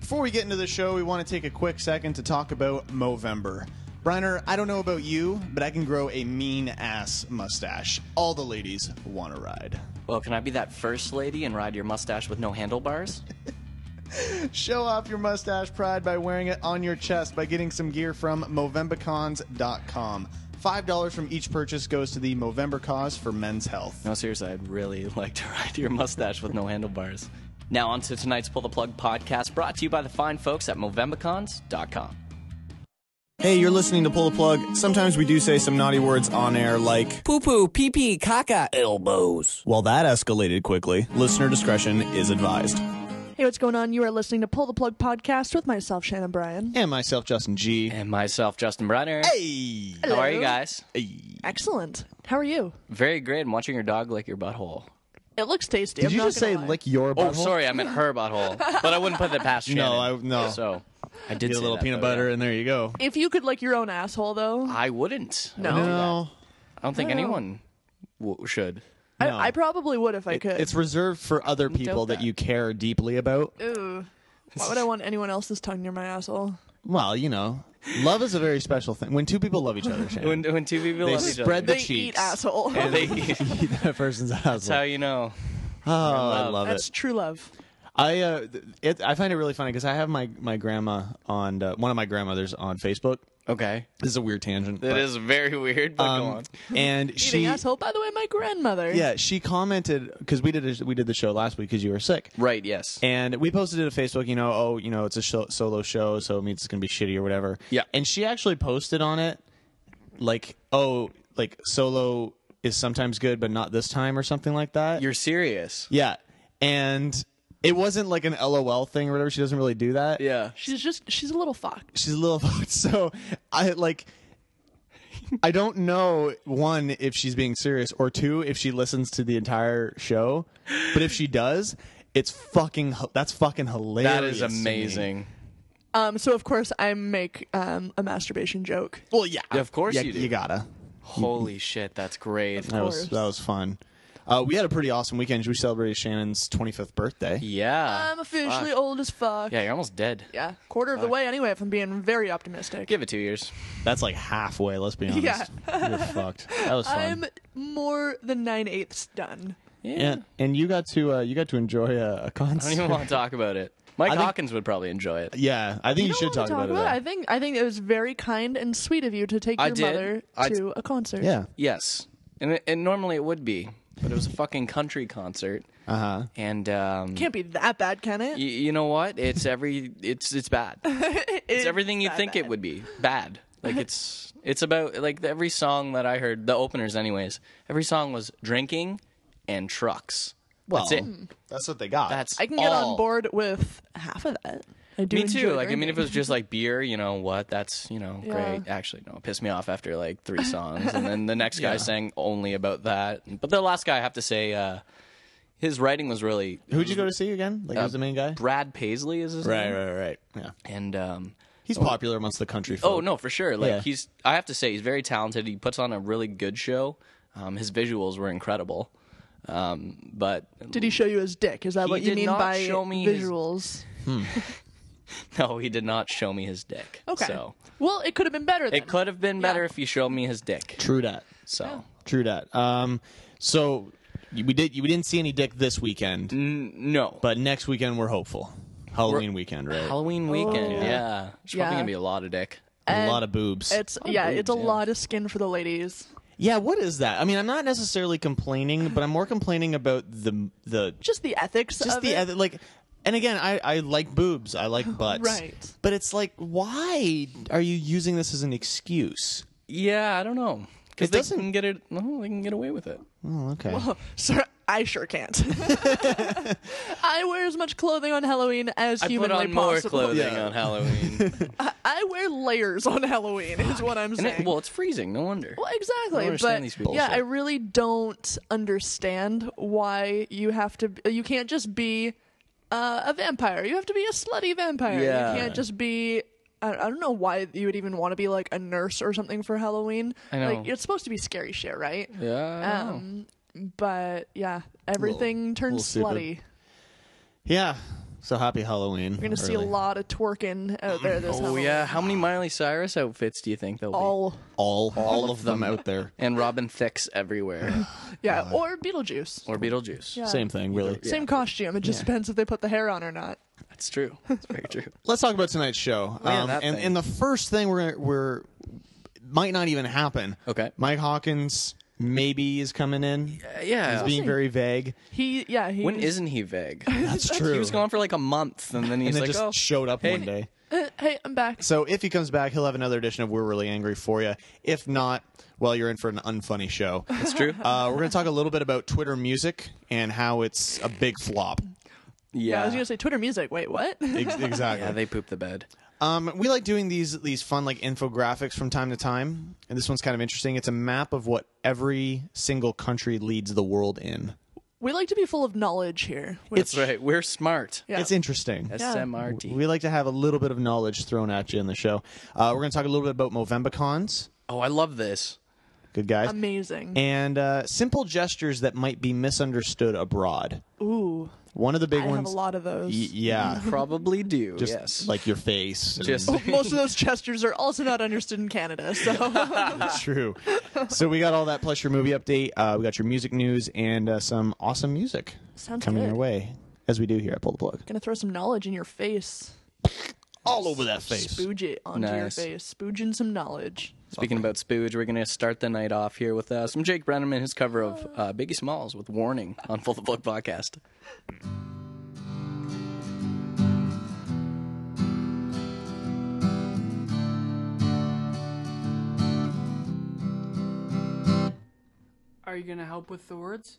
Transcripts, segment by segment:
Before we get into the show, we want to take a quick second to talk about Movember. Briner, I don't know about you, but I can grow a mean ass mustache. All the ladies want to ride. Well, can I be that first lady and ride your mustache with no handlebars? Show off your mustache pride by wearing it on your chest by getting some gear from Movembacons.com. $5 from each purchase goes to the Movember cause for men's health. No, seriously, I'd really like to ride your mustache with no handlebars. Now, on to tonight's Pull the Plug podcast, brought to you by the fine folks at Movembacons.com. Hey, you're listening to Pull the Plug. Sometimes we do say some naughty words on air like, poo poo, pee pee, caca, elbows. well, that escalated quickly. Listener discretion is advised. Hey, what's going on? You are listening to Pull the Plug podcast with myself, Shannon Bryan. And myself, Justin G. And myself, Justin Brenner. Hey! How are you guys? Excellent. How are you? Very great. I'm watching your dog lick your butthole. It looks tasty. Did I'm you not just gonna say lie. lick your butthole? Oh, sorry, I meant her butthole. But I wouldn't put that past Shannon. No, I- no. So I did Get a say little that, peanut though, butter, yeah. and there you go. If you could lick your own asshole, though, Uh, I wouldn't. no, No, I don't think anyone w- should. no. I, I probably would if I could. it's reserved for other people that. that. you care deeply about. Ooh. Why would I want anyone else's tongue near my asshole? Well, you know, love is a very special thing. When two people love each other, Shannon, When, when two people They love each spread other- The they eat cheeks. asshole. they, that person's that's how asshole. you know. Oh, I love it. That's true love. I uh, th- it, I find it really funny because I have my my grandma on uh, one of my grandmothers on Facebook. Okay. This is a weird tangent. um, That is very weird, but go on. and Eating she asshole. By the way, my grandmother. yeah she commented because we did a, we did the show last week because you were sick. Right, yes. And we posted it to Facebook, you know, oh, you know, it's a sho solo show, so it means it's gonna be shitty or whatever. Yeah. And she actually posted on it, like, oh, like solo is sometimes good, but not this time, or something like that. You're serious. yeah. And it wasn't like an LOL thing or whatever. She doesn't really do that. Yeah. She's just she's a little fuck. She's a little so I like. I don't know one if she's being serious or two if she listens to the entire show, but if she does, it's fucking h- that's fucking hilarious. That is to me. amazing. Um, so of course I make um a masturbation joke. Well, yeah, of course Yeah, you do. gotta. Holy shit, that's great. That was course. that was fun. Uh, we had a pretty awesome weekend. We celebrated Shannon's 25th birthday. Yeah. Ah, I'm officially old as fuck. yeah, you're almost dead. Yeah, quarter of the way anyway. If I'm being very optimistic. Give it two years. That's like halfway. Let's be honest. You're fucked. That was fun. I'm more than nine eighths done. Yeah. and and you got to uh, you got to enjoy a, a I concert. don't even want to talk about it. Mike I think- Hawkins would probably enjoy it. yeah, I think you, should talk, about, I it. think I think it was very kind and sweet of you to take I your did. mother I to a concert. though. Yeah. Yes. And, it, and normally it would be, but it was a fucking country concert. Uh huh. And, um,. can't be that bad, can it? y- you know what? It's every it's it's bad. It's everything you that think it bad. would be. Bad. Like it's it's about like every song that I heard, the openers anyways. Every song was drinking and trucks. Well, That's it. mm. That's what they got. That's Hmm. I can get all. on board with half of that. I do. Me too. enjoy Like I mean, drinking. if it was just like beer, you know what? That's you know Yeah. great. Actually, no, it pissed me off after like three songs, and then the next guy sang only about that. But the last guy, I have to say, uh, his writing was really who'd you go to see again? Like, who's the main guy? Uh, Brad Paisley is his Right, name, right, right. Yeah, and um, he's popular amongst the country. Folk. Oh no, for sure. Like Yeah. he's, I have to say, he's very talented. He puts on a really good show. Um, his visuals were incredible. Um, but did he show you his dick? Is that He what you did mean not by show me his- visuals? no, he did not show me his dick. Okay. So Well, it could have been better. Then. it could have been better if you showed me his dick. True that. So True that. Um, so we did. We didn't see any dick this weekend, no, but next weekend we're hopeful. Halloween weekend, right? Halloween weekend. Yeah. There's probably Oh. Yeah. gonna be a lot of dick. a lot of boobs. It's yeah, boobs, it's a yeah. lot of skin for the ladies. yeah, what is that? I mean, I'm not necessarily complaining, but I'm more complaining about the the Just the ethics. just of the it. other like. And again, I, I like boobs. I like butts. Right. But it's like, why are you using this as an excuse? Yeah, I don't know. Because It they doesn't- can get it. No, they can get away with it. Oh, okay. Sir, I sure can't. I wear as much clothing on Halloween as I put humanly on possible. more clothing Yeah. on Halloween. I wear layers on Halloween, is what I'm and saying. it, well, it's freezing. No wonder. Well, exactly. I don't understand but these people. yeah, Bullshit. I really don't understand why you have to. You can't just be uh, a vampire. You have to be a slutty vampire. Yeah. You can't just be. I, I don't know why you would even want to be like a nurse or something for Halloween. I know. Like it's supposed to be scary shit, right? Yeah. I don't know. Um, Um, but yeah, everything turns little stupid. slutty. Yeah. So happy Halloween. You're gonna see a lot of twerking out there this Oh Halloween. yeah, how many Miley Cyrus outfits do you think there'll be? All all all of them out there. Uh, And Robin Thicke's everywhere, yeah, or Beetlejuice. or Beetlejuice. Yeah. Same thing, really. Same costume. It just depends if they put the hair on or not. That's true. That's very true. Let's talk about tonight's show. yeah, um, that and, thing. and the first thing we're we're might not even happen. Okay. Mike Hawkins maybe is coming in. yeah. He's being very vague. He yeah. He when isn't he vague? That's true. He was gone for like a month, and then he's and then like, just "Oh, showed up hey." one day. hey, I'm back. So if he comes back, he'll have another edition of We're Really Angry for you. If not, well, you're in for an unfunny show. it's true." Uh, we're going to talk a little bit about Twitter music and how it's a big flop. yeah, Yeah, I was gonna say Twitter music. Wait, what? Ex- exactly. yeah, they pooped the bed. Um, we like doing these these fun like infographics from time to time, and this one's kind of interesting. It's a map of what every single country leads the world in. we like to be full of knowledge here. We- That's right. We're smart. yeah. It's interesting. SMRT. We like to have a little bit of knowledge thrown at you in the show. Uh, we're going to talk a little bit about Movembacons. oh, I love this. Good guys. Um, amazing. and uh, simple gestures that might be misunderstood abroad. Ooh, One of the big I have ones. a lot of those. Y- yeah. Probably do. Just yes. like your face. and- Just- Oh, Most of those gestures are also not understood in Canada. So True. So we got all that plus your movie update. Uh, we got your music news and uh, some awesome music Sounds coming good. your way as we do here at Pull the Plug. gonna throw some knowledge in your face. All over that face. Spooge it onto your Nice. face. Spooging some knowledge. Speaking about Spooge, we're going to start the night off here with uh, some Jake Brenneman, his cover of uh, Biggie Smalls with Warning on Full the Plug Podcast. Are you gonna help with the words?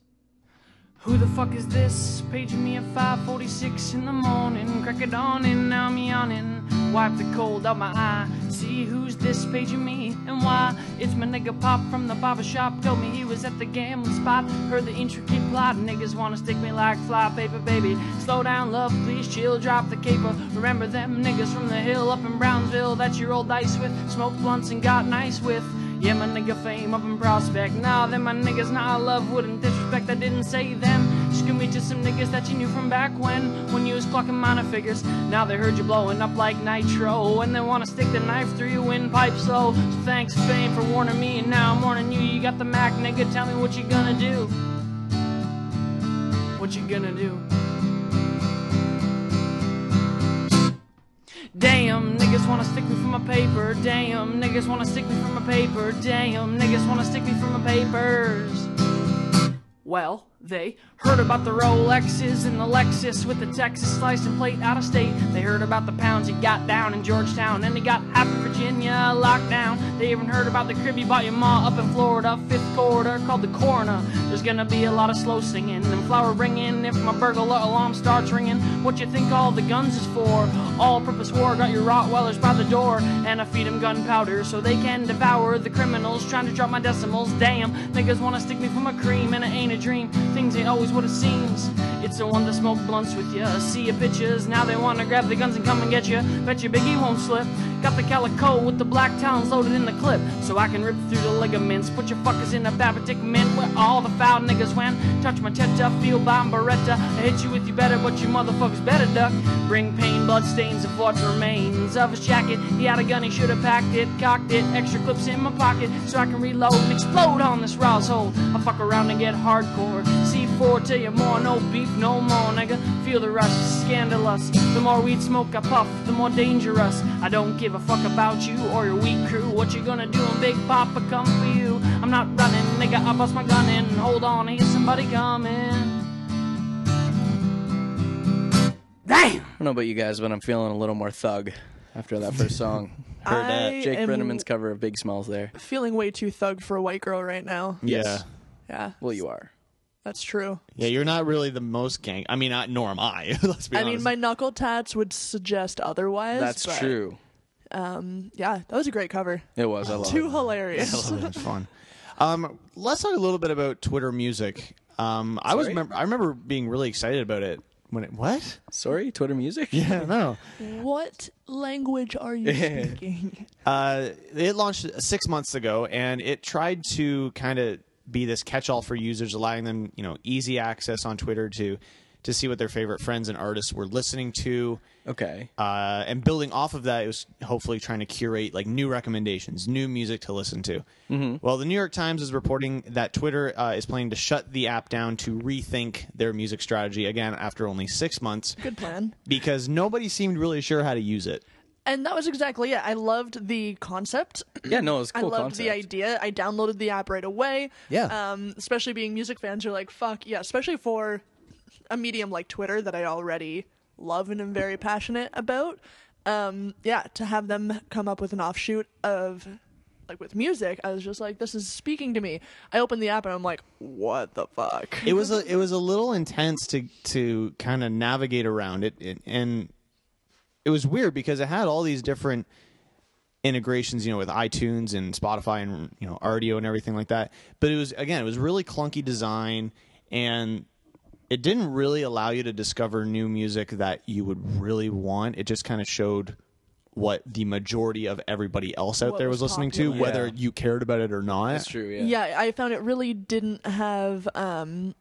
Who the fuck is this? Paging me at 5:46 in the morning, crack it on and now I'm yawning. Wipe the cold out my eye. See who's this paging me and why? It's my nigga Pop from the barber shop. Told me he was at the gambling spot. Heard the intricate plot. Niggas wanna stick me like fly paper, baby. Slow down, love, please chill. Drop the caper. Remember them niggas from the hill up in Brownsville that you rolled dice with, smoked blunts and got nice with. Yeah, my nigga fame up in prospect. Nah, them my niggas, nah, I love wouldn't disrespect. I didn't say them. Just give me just some niggas that you knew from back when, when you was clocking minor figures. Now they heard you blowing up like nitro, and they wanna stick the knife through your windpipe. So, so thanks fame for warning me, and now I'm warning you. You got the Mac, nigga. Tell me what you gonna do. What you gonna do? Damn, niggas wanna stick me from my paper. Damn, niggas wanna stick me from my paper. Damn, niggas wanna stick me from my papers. Well, they heard about the Rolexes and the Lexus with the Texas sliced and plate out of state. They heard about the pounds he got down in Georgetown and he got half of Virginia locked down. They even heard about the crib he bought your ma up in Florida, fifth corridor called the coroner. There's gonna be a lot of slow singing and flower ringing if my burglar alarm starts ringing. What you think all the guns is for? All purpose war got your Rottweilers by the door and I feed 'em gunpowder so they can devour the criminals trying to drop my decimals. Damn, niggas wanna stick me for my cream and it ain't a dream. Things ain't always what it seems. It's the one that smoke blunts with ya. See your bitches, now they wanna grab the guns and come and get ya. Bet your biggie won't slip. Got the calico with the black talons loaded in the clip, so I can rip through the ligaments. Put your fuckers in a Babatic mint where all the foul niggas went. Touch my teta, feel by Beretta. I hit you with you better, but you motherfuckers better duck. Bring pain, blood stains, and what remains of his jacket. He had a gun, he should have packed it, cocked it. Extra clips in my pocket so I can reload and explode on this rouse hole. I fuck around and get hardcore. C4 till you more, no beef, no more, nigga. Feel the rush, it's scandalous. The more weed smoke I puff, the more dangerous. I don't give a fuck about you or your weak crew. What you gonna do when Big Papa come for you? I'm not running, nigga. I bust my gun in. Hold on, here's somebody coming. Damn! I don't know about you guys, but I'm feeling a little more thug after that first song. Heard that. I Jake am- Brenneman's cover of Big Smalls there. Feeling way too thug for a white girl right now. Yeah. Yeah, Well, you are. that's true. Yeah, you're not really the most gang. I mean, I, nor am I. Let's be I honest. mean, my knuckle tats would suggest otherwise. That's but, true. Um, Yeah, that was a great cover. It was. I love Too it. hilarious. Oh, that's fun. Um, let's talk a little bit about Twitter music. Um, I was remember, I remember being really excited about it when it what? Sorry, Twitter music? Yeah, no. what language are you speaking? Uh, it launched six months ago, and it tried to kind of be this catch-all for users, allowing them, you know, easy access on Twitter to to see what their favorite friends and artists were listening to. Okay. Uh, and building off of that, it was hopefully trying to curate like new recommendations, new music to listen to. Well, the New York Times is reporting that Twitter uh, is planning to shut the app down to rethink their music strategy again after only six months Good plan. because nobody seemed really sure how to use it. And that was exactly it. I loved the concept. Yeah, no, it's a I cool loved concept. the idea. I downloaded the app right away. Yeah. Um, especially being music fans, you're like, fuck yeah. Especially for a medium like Twitter that I already love and am very passionate about. Um, yeah, to have them come up with an offshoot of like with music, I was just like, this is speaking to me. I opened the app and I'm like, what the fuck? It was a it was a little intense to to kind of navigate around it, it, and it was weird because it had all these different integrations, you know, with iTunes and Spotify and you know RDO and everything like that. But it was again, it was really clunky design, and it didn't really allow you to discover new music that you would really want. It just kind of showed what the majority of everybody else out What there was, was listening to, popular. whether Yeah. you cared about it or not. That's true. Yeah. yeah i found it really didn't have um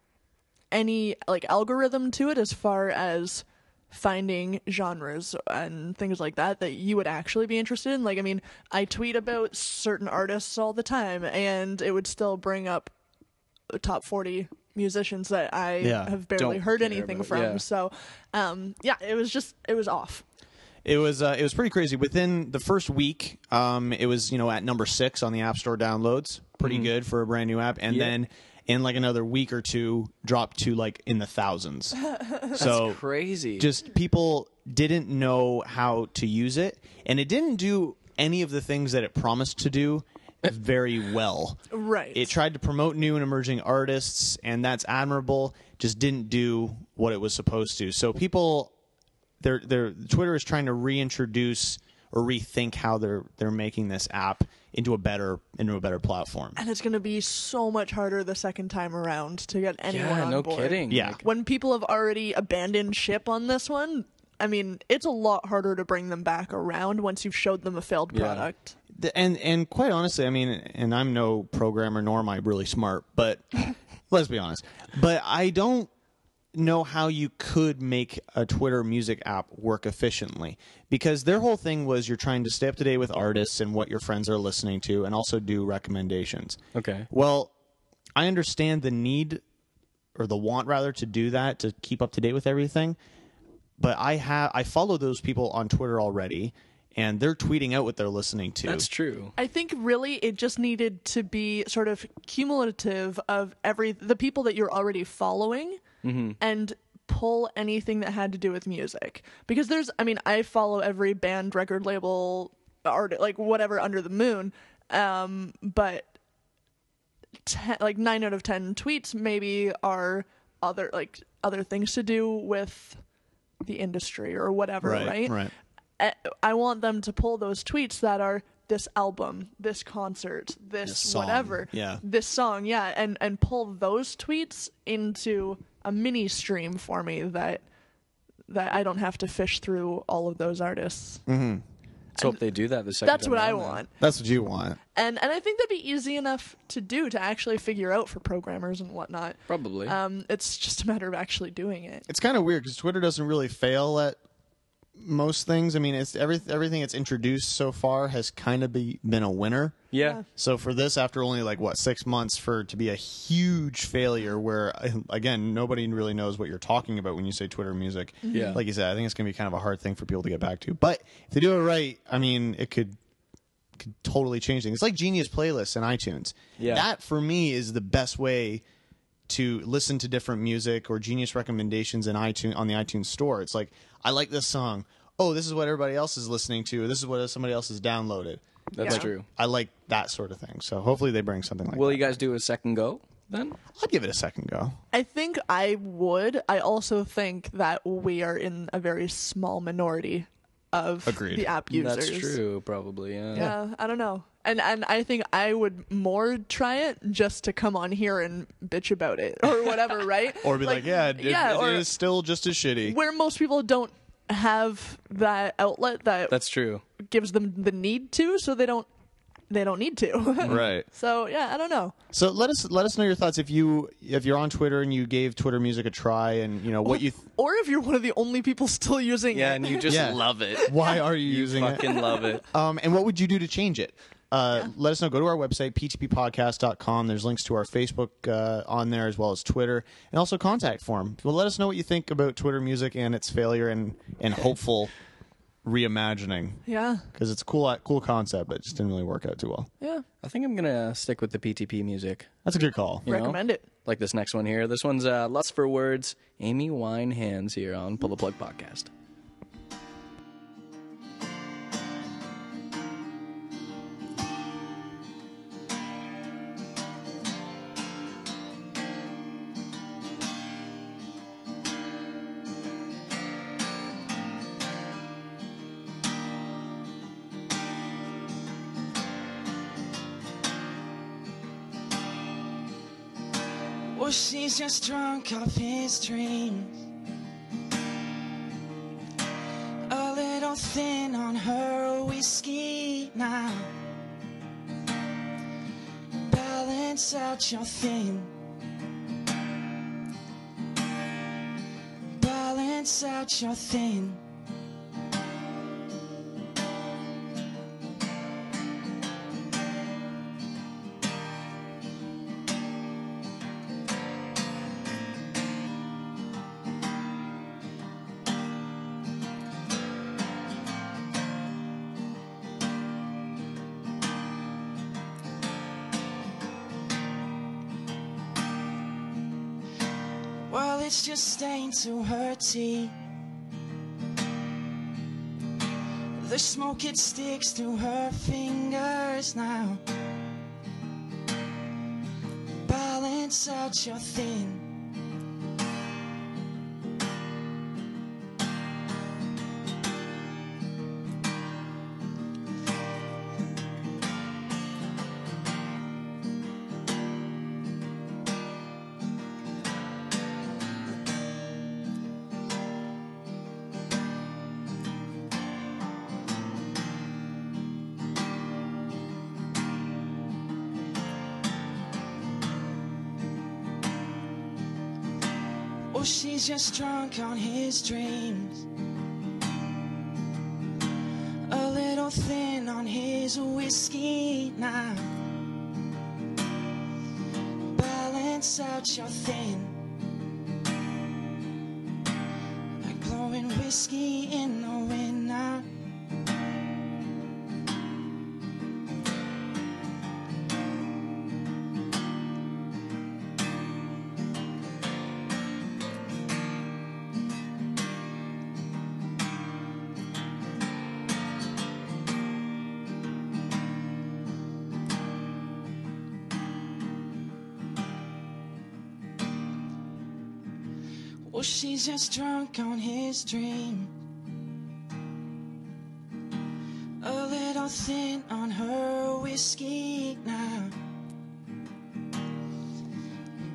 any like algorithm to it as far as finding genres and things like that that you would actually be interested in like i mean i tweet about certain artists all the time and it would still bring up the top 40 musicians that i Yeah, have barely don't heard care anything about- from yeah. so um yeah it was just it was off It was uh, it was pretty crazy. Within the first week, um, it was you know at number six on the App Store downloads, pretty good for a brand new app. And then in like another week or two, dropped to like in the thousands. so Crazy. just people didn't know how to use it, and it didn't do any of the things that it promised to do very well. right It tried to promote new and emerging artists, and that's admirable. Just didn't do what it was supposed to. So people, their their Twitter is trying to reintroduce or rethink how they're they're making this app into a better into a better platform. and it's going to be so much harder the second time around to get anyone yeah. on No board. kidding. Yeah. Like, when people have already abandoned ship on this one, I mean, it's a lot harder to bring them back around once you've showed them a failed product. The- And and quite honestly, I mean, and I'm no programmer nor am I really smart, but let's be honest. But I don't know how you could make a Twitter music app work efficiently because their whole thing was you're trying to stay up to date with artists and what your friends are listening to and also do recommendations. Okay. Well, I understand the need or the want rather to do that to keep up to date with everything, but I have I follow those people on Twitter already and they're tweeting out what they're listening to. That's true. I think really it just needed to be sort of cumulative of every the people that you're already following Mm-hmm. and pull anything that had to do with music because there's I mean I follow every band record label art like whatever under the moon um but ten, like 9 out of 10 tweets maybe are other like other things to do with the industry or whatever right. I- eh, I want them to pull those tweets that are this album, this concert, this, This song, whatever, yeah. this song, yeah, and and pull those tweets into a mini stream for me that that I don't have to fish through all of those artists. Let's hope they do that the second. That's time what I around, then. want. Mm-hmm. That's what you want. And and I think that'd be easy enough to do to actually figure out for programmers and whatnot. Probably. Um, it's just a matter of actually doing it. It's kind of weird because Twitter doesn't really fail at most things. I mean, it's every, everything it's introduced so far has kind of be, been a winner. yeah. So for this, after only like what six months, for it to be a huge failure, where uh, again nobody really knows what you're talking about when you say Twitter music. Mm-hmm. Yeah. like you said, I think it's gonna be kind of a hard thing for people to get back to. But if they do it right, I mean, it could could totally change things. It's like Genius playlists in iTunes. Yeah. that for me is the best way to listen to different music or Genius recommendations in iTunes on the iTunes store. It's like I like this song. Oh, this is what everybody else is listening to. This is what somebody else has downloaded. That's Yeah. true. I like that sort of thing. So hopefully they bring something like Will that. you guys do a second go then? I'd give it a second go. I think I would. I also think that we are in a very small minority of Agreed. the app users. Mm, That's true. Probably. Yeah. Yeah, I don't know. And and I think I would more try it just to come on here and bitch about it or whatever, right? Or be like, yeah, it, yeah, it or is still just as shitty. where most people don't have that outlet that That's true. gives them the need to, so they don't they don't need to. Right. So yeah, I don't know. So let us let us know your thoughts if you if you're on Twitter and you gave Twitter music a try and you know what you th- Or if you're one of the only people still using Yeah, it. and you just Yeah. love it. why are you You using it fucking love it. um, and what would you do to change it? Uh, Let us know. Go to our website, ptppodcast.com. There's links to our Facebook uh, on there as well as Twitter and also contact form. Well, let us know what you think about Twitter music and its failure and, and hopeful reimagining yeah. because it's a cool, cool concept, but it just didn't really work out too well. Yeah. I think I'm gonna stick with the PTP music. That's a good call. You know? Recommend it. Like this next one here. This one's uh, Lust for Words, Amy Winehands here on Pull the Plug Podcast. Well, she's just drunk off his dreams. A little thin on her whiskey now. Balance out your thing. Balance out your thing. Well, it's just stained to her tea. The smoke it sticks to her fingers now. Balance out your thing. Oh, she's just drunk on his dreams. A little thin on his whiskey now. Balance out your thing. Like blowing whiskey in the wind now. Well, she's just drunk on his dream. A little thin on her whiskey now.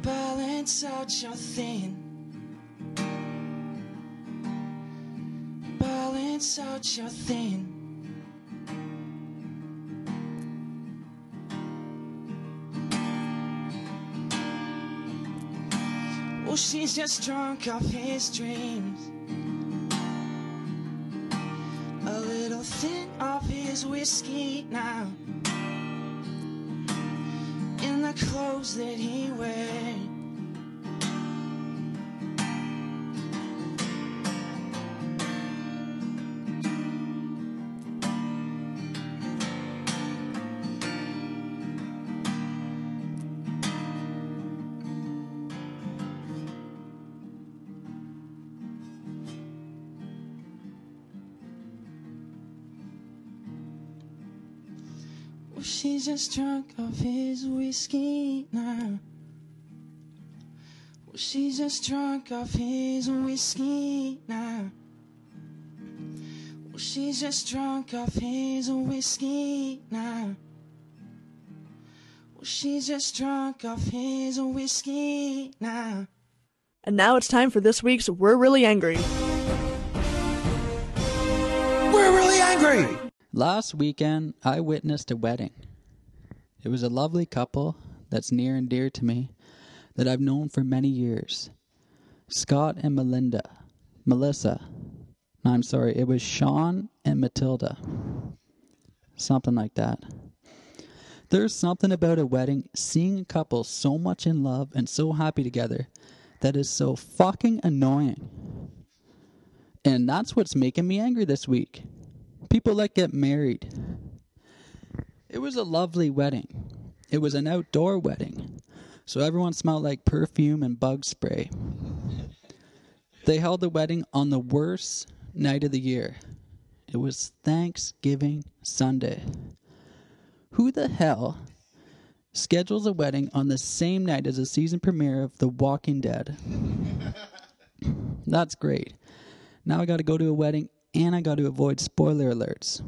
Balance out your thing. Balance out your thing. Well, she's just drunk off his dreams. A little thin off his whiskey now. In the clothes that he wears. Well, she's just drunk off his whiskey now. Well, she's just drunk off his whiskey now. Well, she's just drunk off his whiskey now. Well, she's just drunk off his whiskey now. And now it's time for this week's We're Really Angry. Last weekend, I witnessed a wedding. It was a lovely couple that's near and dear to me that I've known for many years. Scott and Melinda. Melissa. No, I'm sorry, it was Sean and Matilda. Something like that. There's something about a wedding, seeing a couple so much in love and so happy together, that is so fucking annoying. And that's what's making me angry this week. People that get married. It was a lovely wedding. It was an outdoor wedding. So everyone smelled like perfume and bug spray. They held the wedding on the worst night of the year. It was Thanksgiving Sunday. Who the hell schedules a wedding on the same night as a season premiere of The Walking Dead? That's great. Now I got to go to a wedding and I got to avoid spoiler alerts.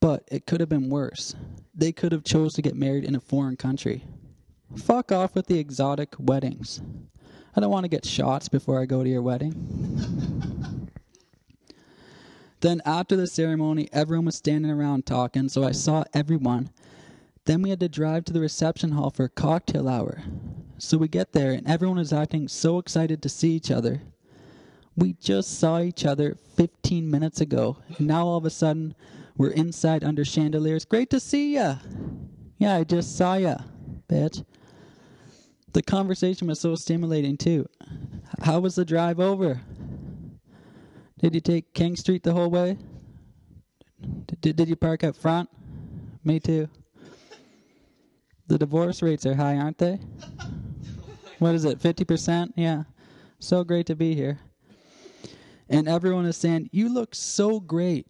But it could have been worse. They could have chose to get married in a foreign country. Fuck off with the exotic weddings. I don't want to get shots before I go to your wedding. then after the ceremony, everyone was standing around talking, so I saw everyone. Then we had to drive to the reception hall for cocktail hour. So we get there and everyone is acting so excited to see each other. We just saw each other 15 minutes ago, and now all of a sudden we're inside under chandeliers. Great to see ya! Yeah, I just saw ya, bitch. The conversation was so stimulating too. How was the drive over? Did you take King Street the whole way? Did, did you park up front? Me too. The divorce rates are high, aren't they? What is it, 50%? Yeah. So great to be here. And everyone is saying, You look so great.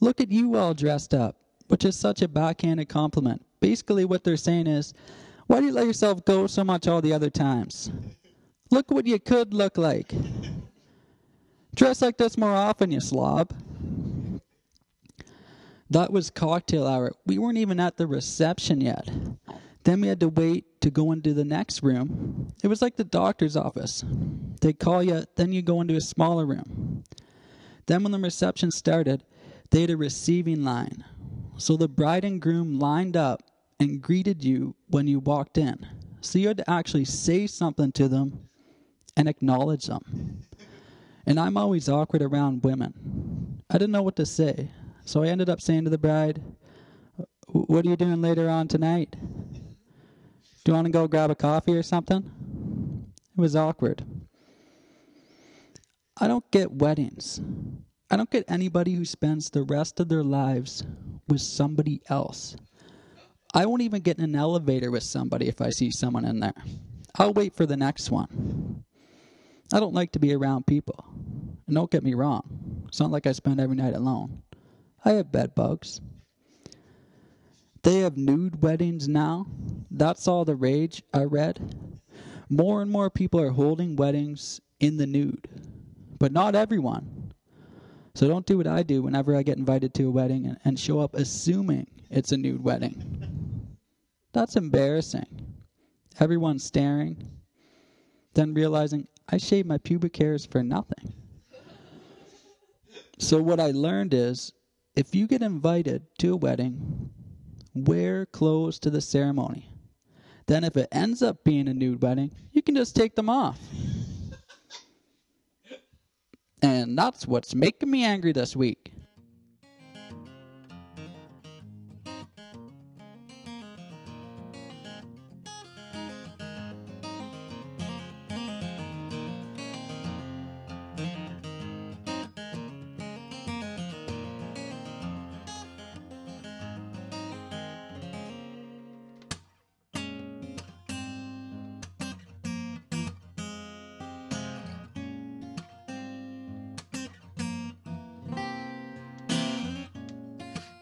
Look at you all dressed up, which is such a backhanded compliment. Basically, what they're saying is, Why do you let yourself go so much all the other times? Look what you could look like. Dress like this more often, you slob. That was cocktail hour. We weren't even at the reception yet. Then we had to wait to go into the next room. It was like the doctor's office. They call you, then you go into a smaller room. Then, when the reception started, they had a receiving line. So the bride and groom lined up and greeted you when you walked in. So you had to actually say something to them and acknowledge them. And I'm always awkward around women. I didn't know what to say. So I ended up saying to the bride, "Wh- What are you doing later on tonight? Do you want to go grab a coffee or something? It was awkward. I don't get weddings. I don't get anybody who spends the rest of their lives with somebody else. I won't even get in an elevator with somebody if I see someone in there. I'll wait for the next one. I don't like to be around people. And don't get me wrong, it's not like I spend every night alone. I have bed bugs. They have nude weddings now. That's all the rage I read. More and more people are holding weddings in the nude, but not everyone. So don't do what I do whenever I get invited to a wedding and, and show up assuming it's a nude wedding. That's embarrassing. Everyone's staring, then realizing I shaved my pubic hairs for nothing. so what I learned is if you get invited to a wedding, wear clothes to the ceremony. Then if it ends up being a nude wedding, you can just take them off. and that's what's making me angry this week.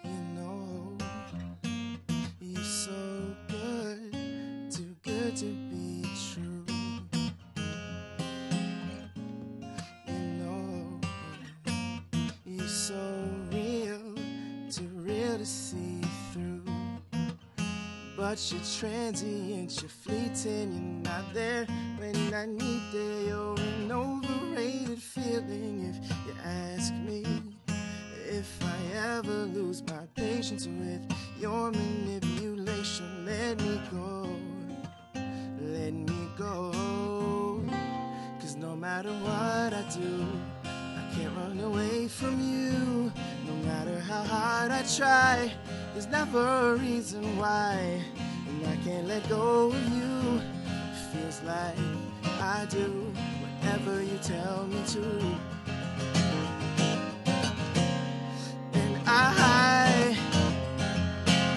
You know, you're so good, too good to be true. You know, you're so real, too real to see through. But you're transient, you're fleeting, you're not there when I need you. You're an overrated feeling if you ask me. If I ever lose my patience with your manipulation. let me go, let me go. Cause no matter what I do, I can't run away from you. No matter how hard I try, there's never a reason why. And I can't let go of you. Feels like I do, whatever you tell me to. And I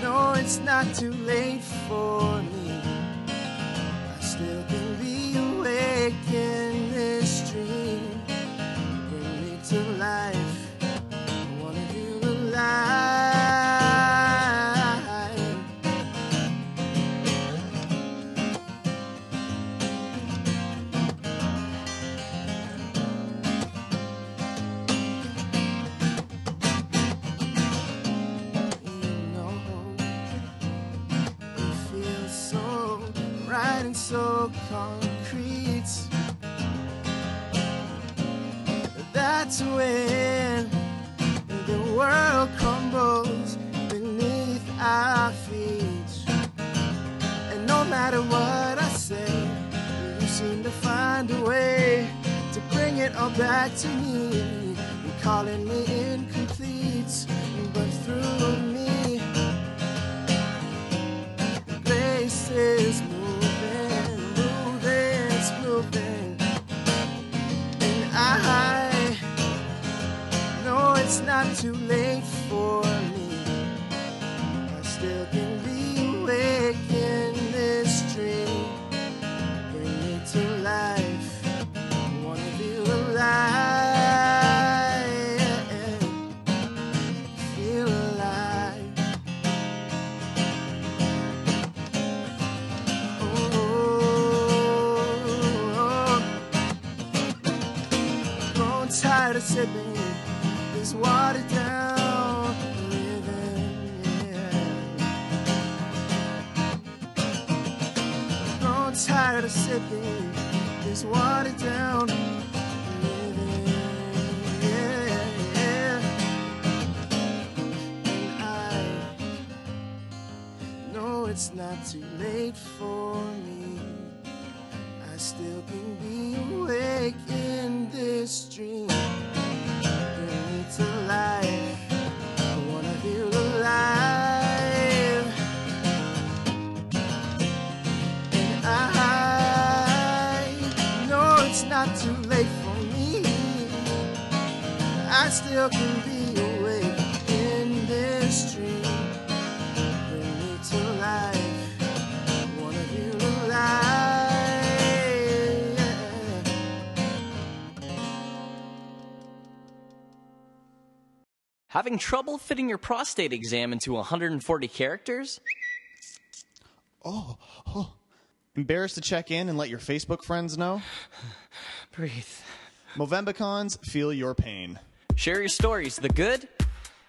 know it's not too late for me. I still can be awake in this dream. Bring me to life. I wanna feel alive. you know it feels so right and so concrete that's when the world crumbles beneath our feet and no matter what i say you seem to find a way to bring it all back to me you're calling me incomplete but through me grace is moving moving it's moving and i know it's not too late for me i still can be awake in this dream bring me to life I wanna feel alive feel alive. Oh, grown tired of sipping this watered down living. Yeah. Grown tired of sipping this watered down living. Yeah, yeah. I know it's not too late for me. I still can be awake in this dream. Bring me to life. I wanna feel alive. And I know it's not too late for me. I still can be awake in this dream. Bring me to life. Wanna feel alive. Having trouble fitting your prostate exam into 140 characters? oh, Embarrassed to check in and let your Facebook friends know? Breathe. Movembicons feel your pain. Share your stories, the good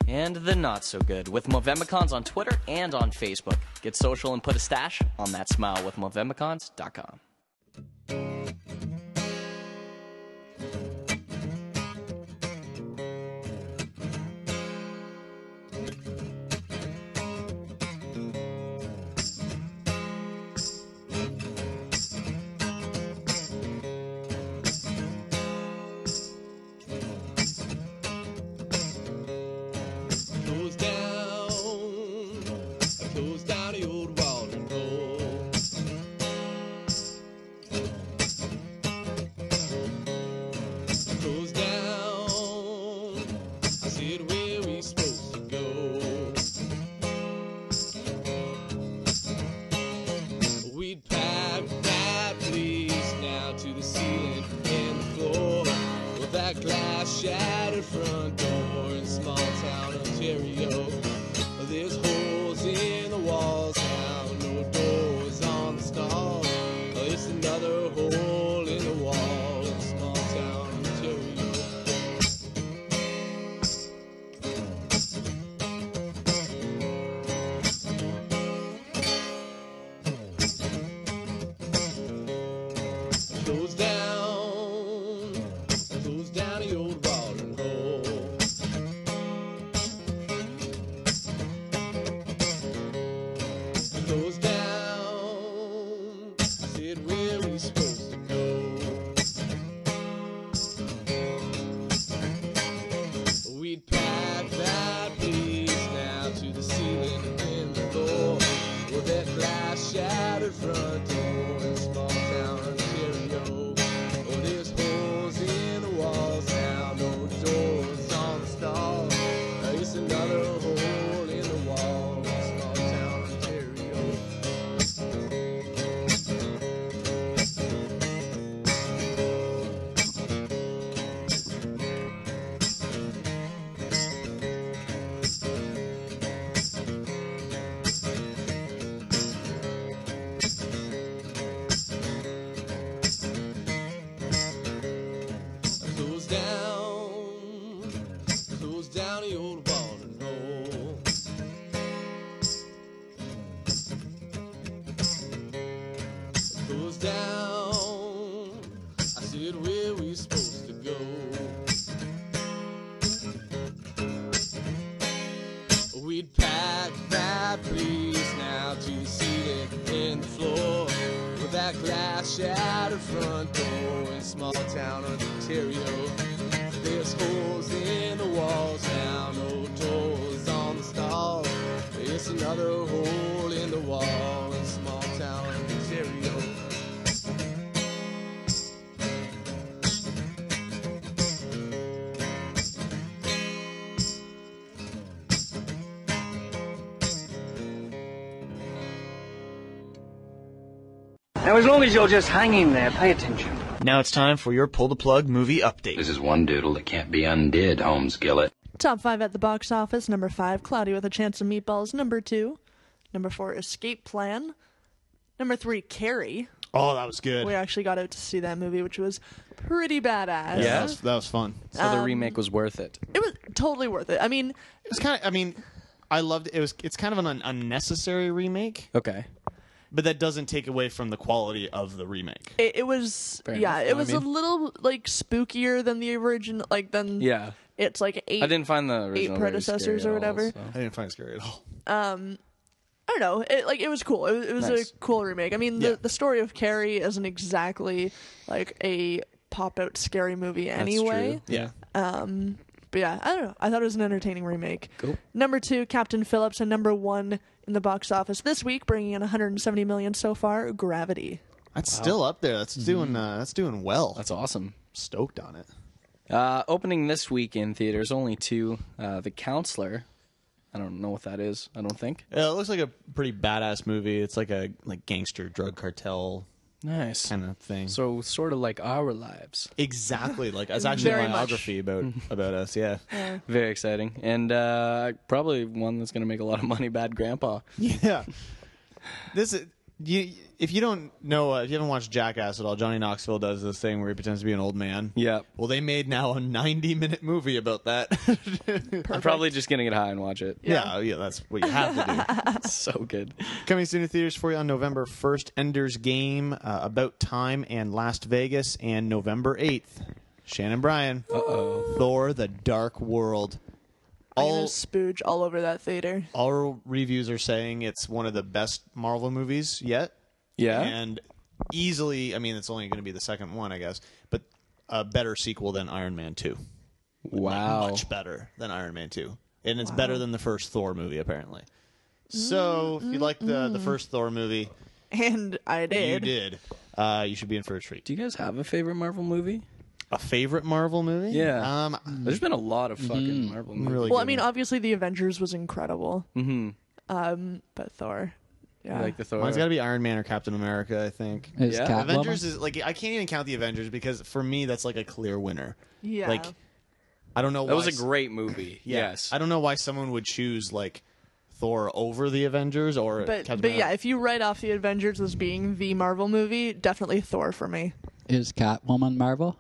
and the not so good, with Movemicons on Twitter and on Facebook. Get social and put a stash on that smile with Movemicons.com. goes down, goes down the old Walden Road. Labrador in small town Ontario. Oh, there's holes in the walls now, no doors on the stall. It's another hole in the wall in small town Ontario. Close down, close down the old wall and roll. Close down, I said where we supposed to go. We'd pack that place now to see it in the floor with that glass shattered front door in small town Ontario. There's holes in the walls now, no doors on the stall. It's another hole in the wall in small town Ontario. Now, as long as you're just hanging there, pay attention. Now it's time for your pull the plug movie update. This is one doodle that can't be undid, Holmes Gillett. Top five at the box office. Number five, Cloudy with a Chance of Meatballs. Number two, number four, Escape Plan. Number three, Carrie. Oh, that was good. We actually got out to see that movie, which was pretty badass. Yeah, that was, that was fun. So Um, the remake was worth it. It was totally worth it. I mean, It was kind of. I mean, I loved it. it was it's kind of an un- unnecessary remake, Okay. but that doesn't take away from the quality of the remake. it, it was Fair yeah, enough, it know what was I mean? a little like spookier than the original, like than Yeah. It's like eight. I didn't find the original very predecessors scary or at all, whatever. so. I didn't find it scary at all. Um, I don't know. It, like it was cool. It, was- it was Nice. a cool remake. I mean, Yeah. the, the story of Carrie isn't exactly like a pop out scary movie anyway. true. Yeah, Um, But yeah, I don't know. I thought it was an entertaining remake. Cool. Number two, Captain Phillips, and number one in the box office this week, bringing in 170 million so far. Gravity. that's still up there. That's doing. Uh, that's doing well. That's awesome. stoked on it. Uh, opening this week in theaters, only two. Uh, the Counselor. I don't know what that is. I don't think. Yeah, it looks like a pretty badass movie. It's like a like gangster drug cartel Nice. kind of thing. so sort of like our lives. exactly like it's actually Very a much. biography about about us. Yeah, Very exciting, and uh, probably one that's going to make a lot of money. Bad Grandpa. yeah. This is, you if you don't know uh, if you haven't watched Jackass at all, Johnny Knoxville does this thing where he pretends to be an old man. Yeah. Well, they made now a 90 minute movie about that. I'm probably just going to get high and watch it. yeah, yeah, that's what you have to do. It's so good. Coming soon to theaters for you on November 1st, Ender's Game, uh, About Time, and Las Vegas, and November 8th, Shannon Bryan, Uh-oh. Thor The Dark World. I'm gonna All, spooge all over that theater. all reviews are saying it's one of the best Marvel movies yet, Yeah. and easily, I mean, it's only going to be the second one, I guess, but a better sequel than Iron Man 2. wow. Much better than Iron Man 2. And it's better than the first Thor movie, apparently. So, if you like the, the first Thor movie, Mm, And I did. you did. Uh, you should be in for a treat. Do you guys have a favorite Marvel movie? A favorite Marvel movie? Yeah. Um, Mm-hmm. There's been a lot of fucking Marvel movies. really. Well, I good mean, one. obviously, The Avengers was incredible. Mm-hmm. Um, but Thor. Yeah. Like the Thor. mine's got to be Iron Man or Captain America. I think. Is Yeah. Cat Lover? Avengers is like I can't even count the Avengers because for me that's like a clear winner. yeah. Like I don't know. that why was a s- great movie. yeah. Yes. I don't know why someone would choose like Thor over the Avengers or but Captain but yeah, America. if you write off the Avengers as being the Marvel movie, definitely Thor for me. Is Catwoman Marvel?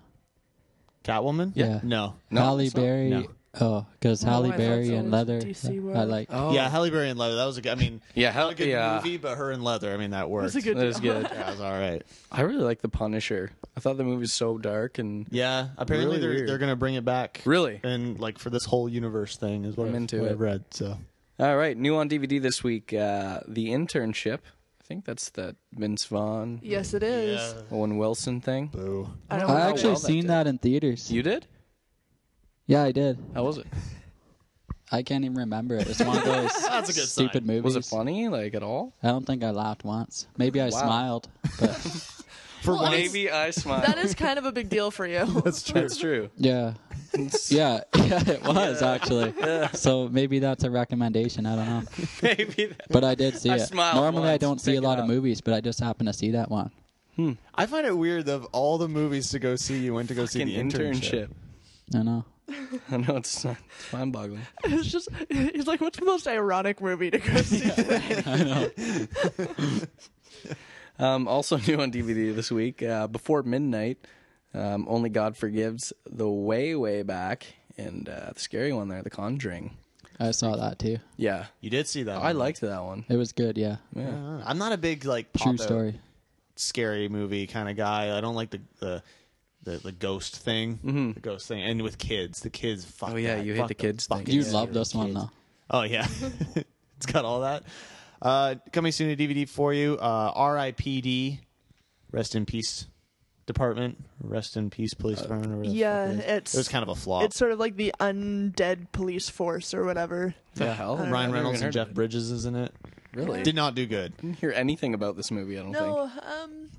Catwoman. Yeah. No. Halle it's not- Berry. no. Oh, because I Halle thought Berry so. and Leather. DC I world. like. Oh, Yeah, Halle Berry and Leather. That was a good. I mean, Yeah, Hal- not a good yeah. movie, but her and Leather. I mean, that worked. It's a good that was deal. good. That was all right. I really like The Punisher. I thought the movie was so dark and Yeah, apparently Really they're weird. they're gonna bring it back. Really? and like for this whole universe thing is what I'm I've- into what it. I've read. So All right, new on DVD this week, uh, The Internship. I think that's the Vince Vaughn, Yes, it is. Owen Wilson thing. boo. I don't I know. actually well that seen did. that in theaters. You did? Yeah, I did. How was it? I can't even remember. It was one of those That's a good sign. stupid movies. Was it funny, like at all? I don't think I laughed once. Maybe I Wow. smiled, but For Well, it's- maybe I smiled. That is kind of a big deal for you. That's true. That's true. yeah, yeah, yeah, it was actually. So maybe that's a recommendation. I don't know, maybe. That, but I did see I it. smiled Normally, I once. don't see Pick a it lot of up. movies, but I just happened to see that one. Hmm. I find it weird of all the movies to go see, you went to go see An the internship. internship. I know. I know it's not. It's mind-boggling. It's just he's like, what's the most ironic movie to go see? Um, also new on DVD this week, uh, Before Midnight, um, Only God Forgives, The Way, Way Back, and uh, the scary one there, The Conjuring. I saw that too. Yeah. You did see that. I liked that one. It was good. Yeah, Uh, I'm not a big like true pop story. scary movie kind of guy. I don't like the the the, the ghost thing, the ghost thing, and with kids, the kids. Fuck Mm-hmm. Oh, yeah, that. you hate Fuck the them kids thing. fucking You'd scary love this one kids. though. Oh yeah, it's got all that. Uh, coming soon to DVD for you. Uh, R.I.P.D. Rest in peace. Department. Rest in peace, police department. or whatever the yeah, fuck it is. it's- it was kind of a flop. It's sort of like the undead police force or whatever. Uh, The hell? Ryan I've never Reynolds even and heard of Jeff Bridges is in it. it. Really? Did not do good. Didn't hear anything about this movie, I don't think. No, um,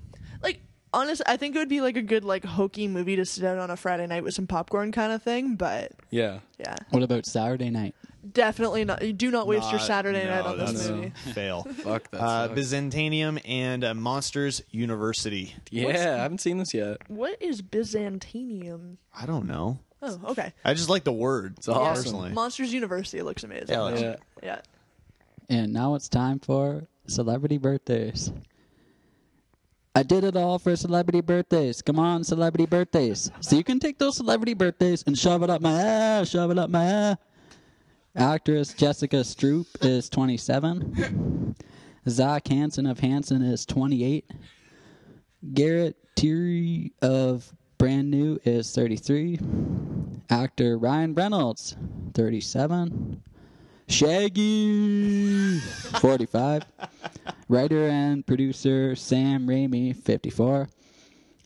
like honest, I think it would be like a good like hokey movie to sit down on a Friday night with some popcorn kind of thing. But Yeah. yeah, What about Saturday night? definitely not. Do not waste your Not- Saturday night no, on this that's- movie. Fail. Fuck that. Uh, sucks. Byzantinium and uh, Monsters University. yeah, I haven't seen this yet. What is Byzantinium? I don't know. Oh, okay. I just like the word. It's awesome. Personally. Monsters University looks amazing. Yeah, like- Yeah. yeah. And now it's time for celebrity birthdays. I did it all for celebrity birthdays. Come on, celebrity birthdays. So you can take those celebrity birthdays and shove it up my ass, shove it up my ass. Actress Jessica Stroop is 27. Zach Hansen of Hansen is 28. Garrett Teary of Brand New is 33. Actor Ryan Reynolds, 37. Shaggy, 45. Writer and producer Sam Raimi, 54.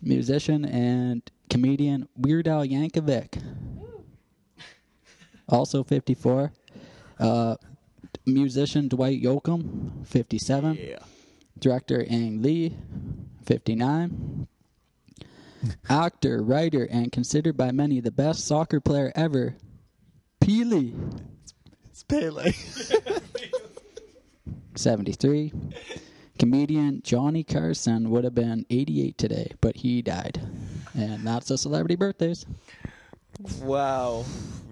Musician and comedian Weird Al Yankovic, also 54. Uh, musician Dwight Yoakam, 57. Director Ang Lee, 59. Actor, writer, and considered by many the best soccer player ever, Pele, It's Pele. 73. Comedian Johnny Carson would have been 88 today, but he died. And that's the celebrity birthdays. Wow.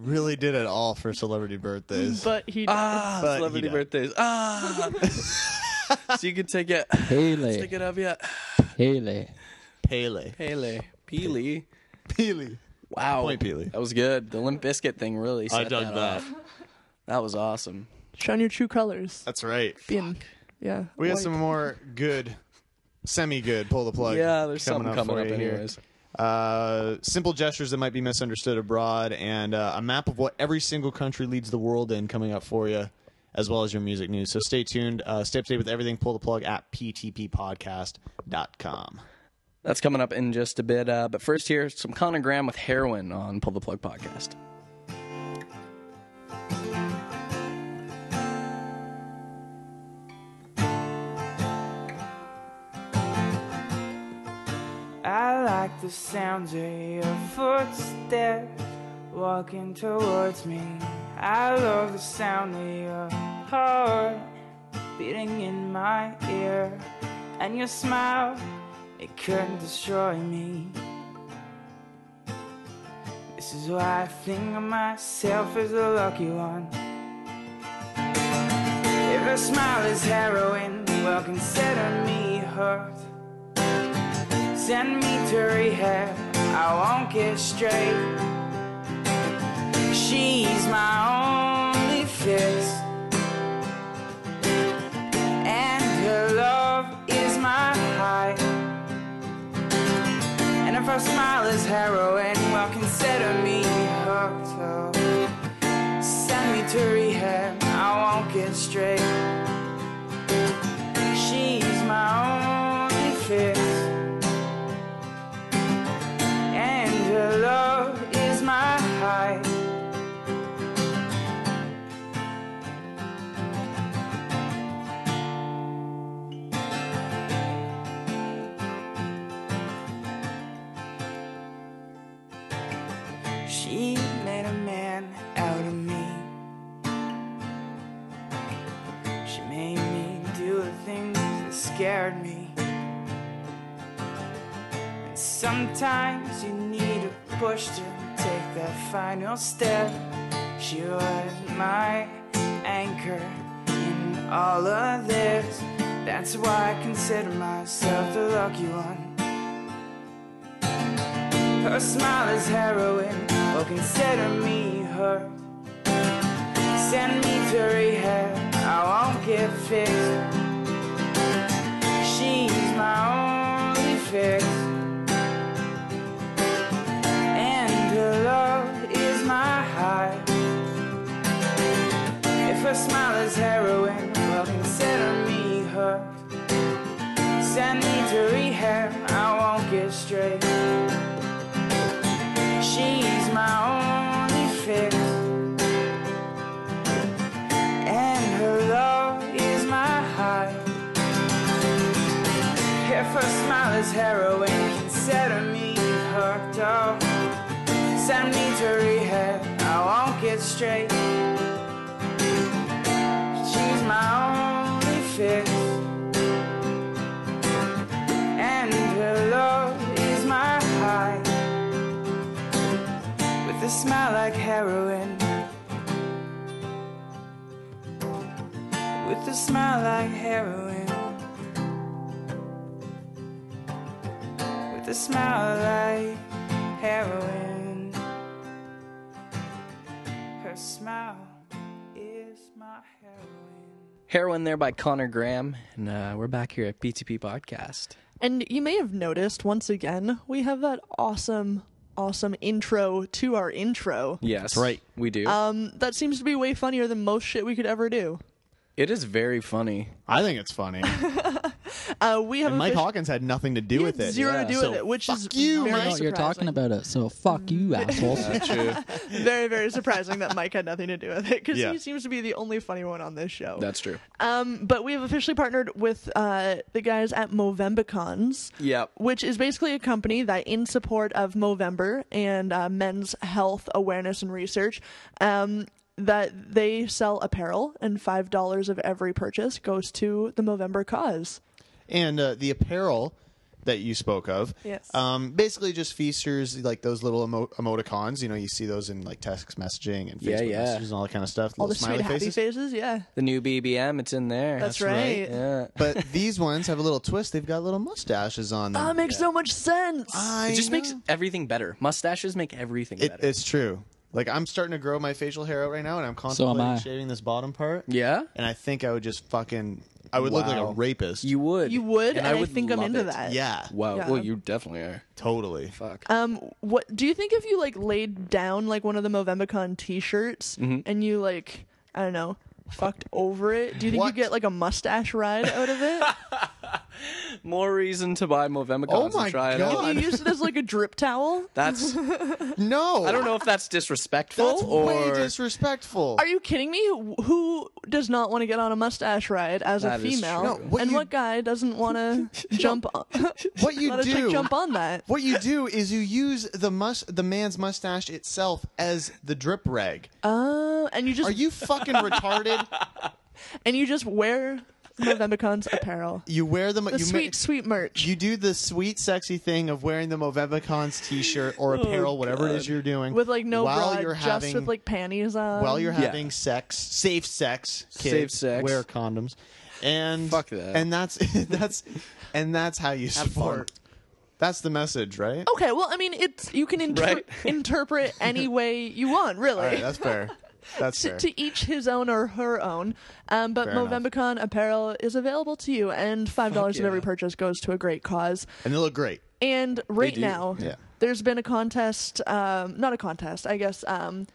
really did it all for celebrity birthdays. But he. Ah, But celebrity he died. birthdays. Ah. so you could take it. Take Haley. it up yet. Haley. Pele. Pele. Peely. Pele. Wow. Point, Peely. That was good. The Limp Biscuit thing really set that off. That was awesome. Shine your true colors. That's right. Being, yeah. We white. have some more good, semi-good. Pull the plug. yeah, there's something for coming up you here. anyways. Uh, simple gestures that might be misunderstood abroad, and uh, a map of what every single country leads the world in coming up for you, as well as your music news. So stay tuned. Uh, stay up to date with everything. Pull the plug at ptppodcast.com. That's coming up in just a bit. Uh, but first, here, some Connor Graham with heroin on Pull the Plug podcast. I like the sound of your footsteps walking towards me. I love the sound of your heart beating in my ear. And your smile, it couldn't destroy me. This is why I think of myself as the lucky one. If a smile is heroin, well, consider me hurt. Send me to rehab, I won't get straight. She's my only fix, and her love is my high. And if her smile is heroin, well, consider me hooked up. Send me to rehab, I won't get straight. She's my only fix. And your love is my high. scared me. And sometimes you need a push to take that final step. She was my anchor in all of this. That's why I consider myself the lucky one. Her smile is heroin, well, consider me hurt. Send me to rehab, I won't get fixed. She's my only fix. And her love is my high. If her smile is heroin, well, consider me hurt. Send me to rehab, I won't get straight. She's my only fix. And her love is my high. If her smile is heroin, consider me hooked up. Send me to rehab, I won't get straight. She's my only fix. And her love is my high. With a smile like heroin. With a smile like heroin. With a smile like heroin. Her smile is my heroin. Heroin there by Connor Graham, and uh, we're back here at BTP Podcast. And you may have noticed once again, we have that awesome, awesome intro to our intro. Yes, right. We do. Um, that seems to be way funnier than most shit we could ever do. it is very funny. I think it's funny. Uh, we have and Mike offici- Hawkins had nothing to do with it. zero to do So with it, which is You very know, you're talking about it, so fuck you, assholes. very very surprising that Mike had nothing to do with it because Yeah. he seems to be the only funny one on this show. That's true. Um, but we have officially partnered with uh, the guys at Movembicons, Yep. which is basically a company that, in support of Movember and uh, men's health awareness and research, um, that they sell apparel, and five dollars of every purchase goes to the Movember cause. and uh, the apparel that you spoke of Yes. um, basically just features like those little emo- emoticons you know you see those in like text messaging and Yeah, facebook yeah. messages and all that kind of stuff All little the sweet smiley happy faces faces, yeah. The new BBM, it's in there. That's That's right. right. Yeah. but these ones have a little twist they've got little mustaches on them That makes so much sense. it just makes everything better. Mustaches make everything It- better. it's true like i'm starting to grow my facial hair out right now and i'm So am contemplating I. shaving this bottom part Yeah. and i think i would just fucking i would look like a Wow. rapist You would. You would, and I would think I'm love into it. that. yeah Wow. Yeah. Well, you definitely are. Totally. Fuck. Um, what do you think if you like laid down like one of the Movemicon T-shirts Mm-hmm. and you like I don't know fucked over it? Do you think you get like a mustache ride out of it? More reason to buy Movemicons Oh and try If it you out. use it as like a drip towel? That's no. I don't know if that's disrespectful That's or way Oh. disrespectful. Are you kidding me? Who does not want to get on a mustache ride as That a is female? true. No, what and what guy doesn't want to jump on? what you let a chick do jump on that what you do is you use the mus- the man's mustache itself as the drip rag Oh, and you just are you fucking retarded and you just wear Movemicon's apparel. you wear them The you sweet, sweet merch you do the sweet sexy thing of wearing the Movemicons t-shirt Oh, or apparel whatever it is you're doing Oh, with like no while bra, you're just having with like panties on. while you're having sex safe sex kids, Safe sex. wear condoms and Fuck that. and that's that's and that's how you Have fun. support that's the message right Okay, well, I mean, it's you can inter- Right. interpret any way you want, Oh, really. all right that's fair that's to, fair to each his own or her own. Um, but Fair enough. Movembicon apparel is available to you, and five dollars of every purchase goes to a great cause. and they look great And right do. now, Yeah. there's been a contest, um, not a contest, I guess. Um,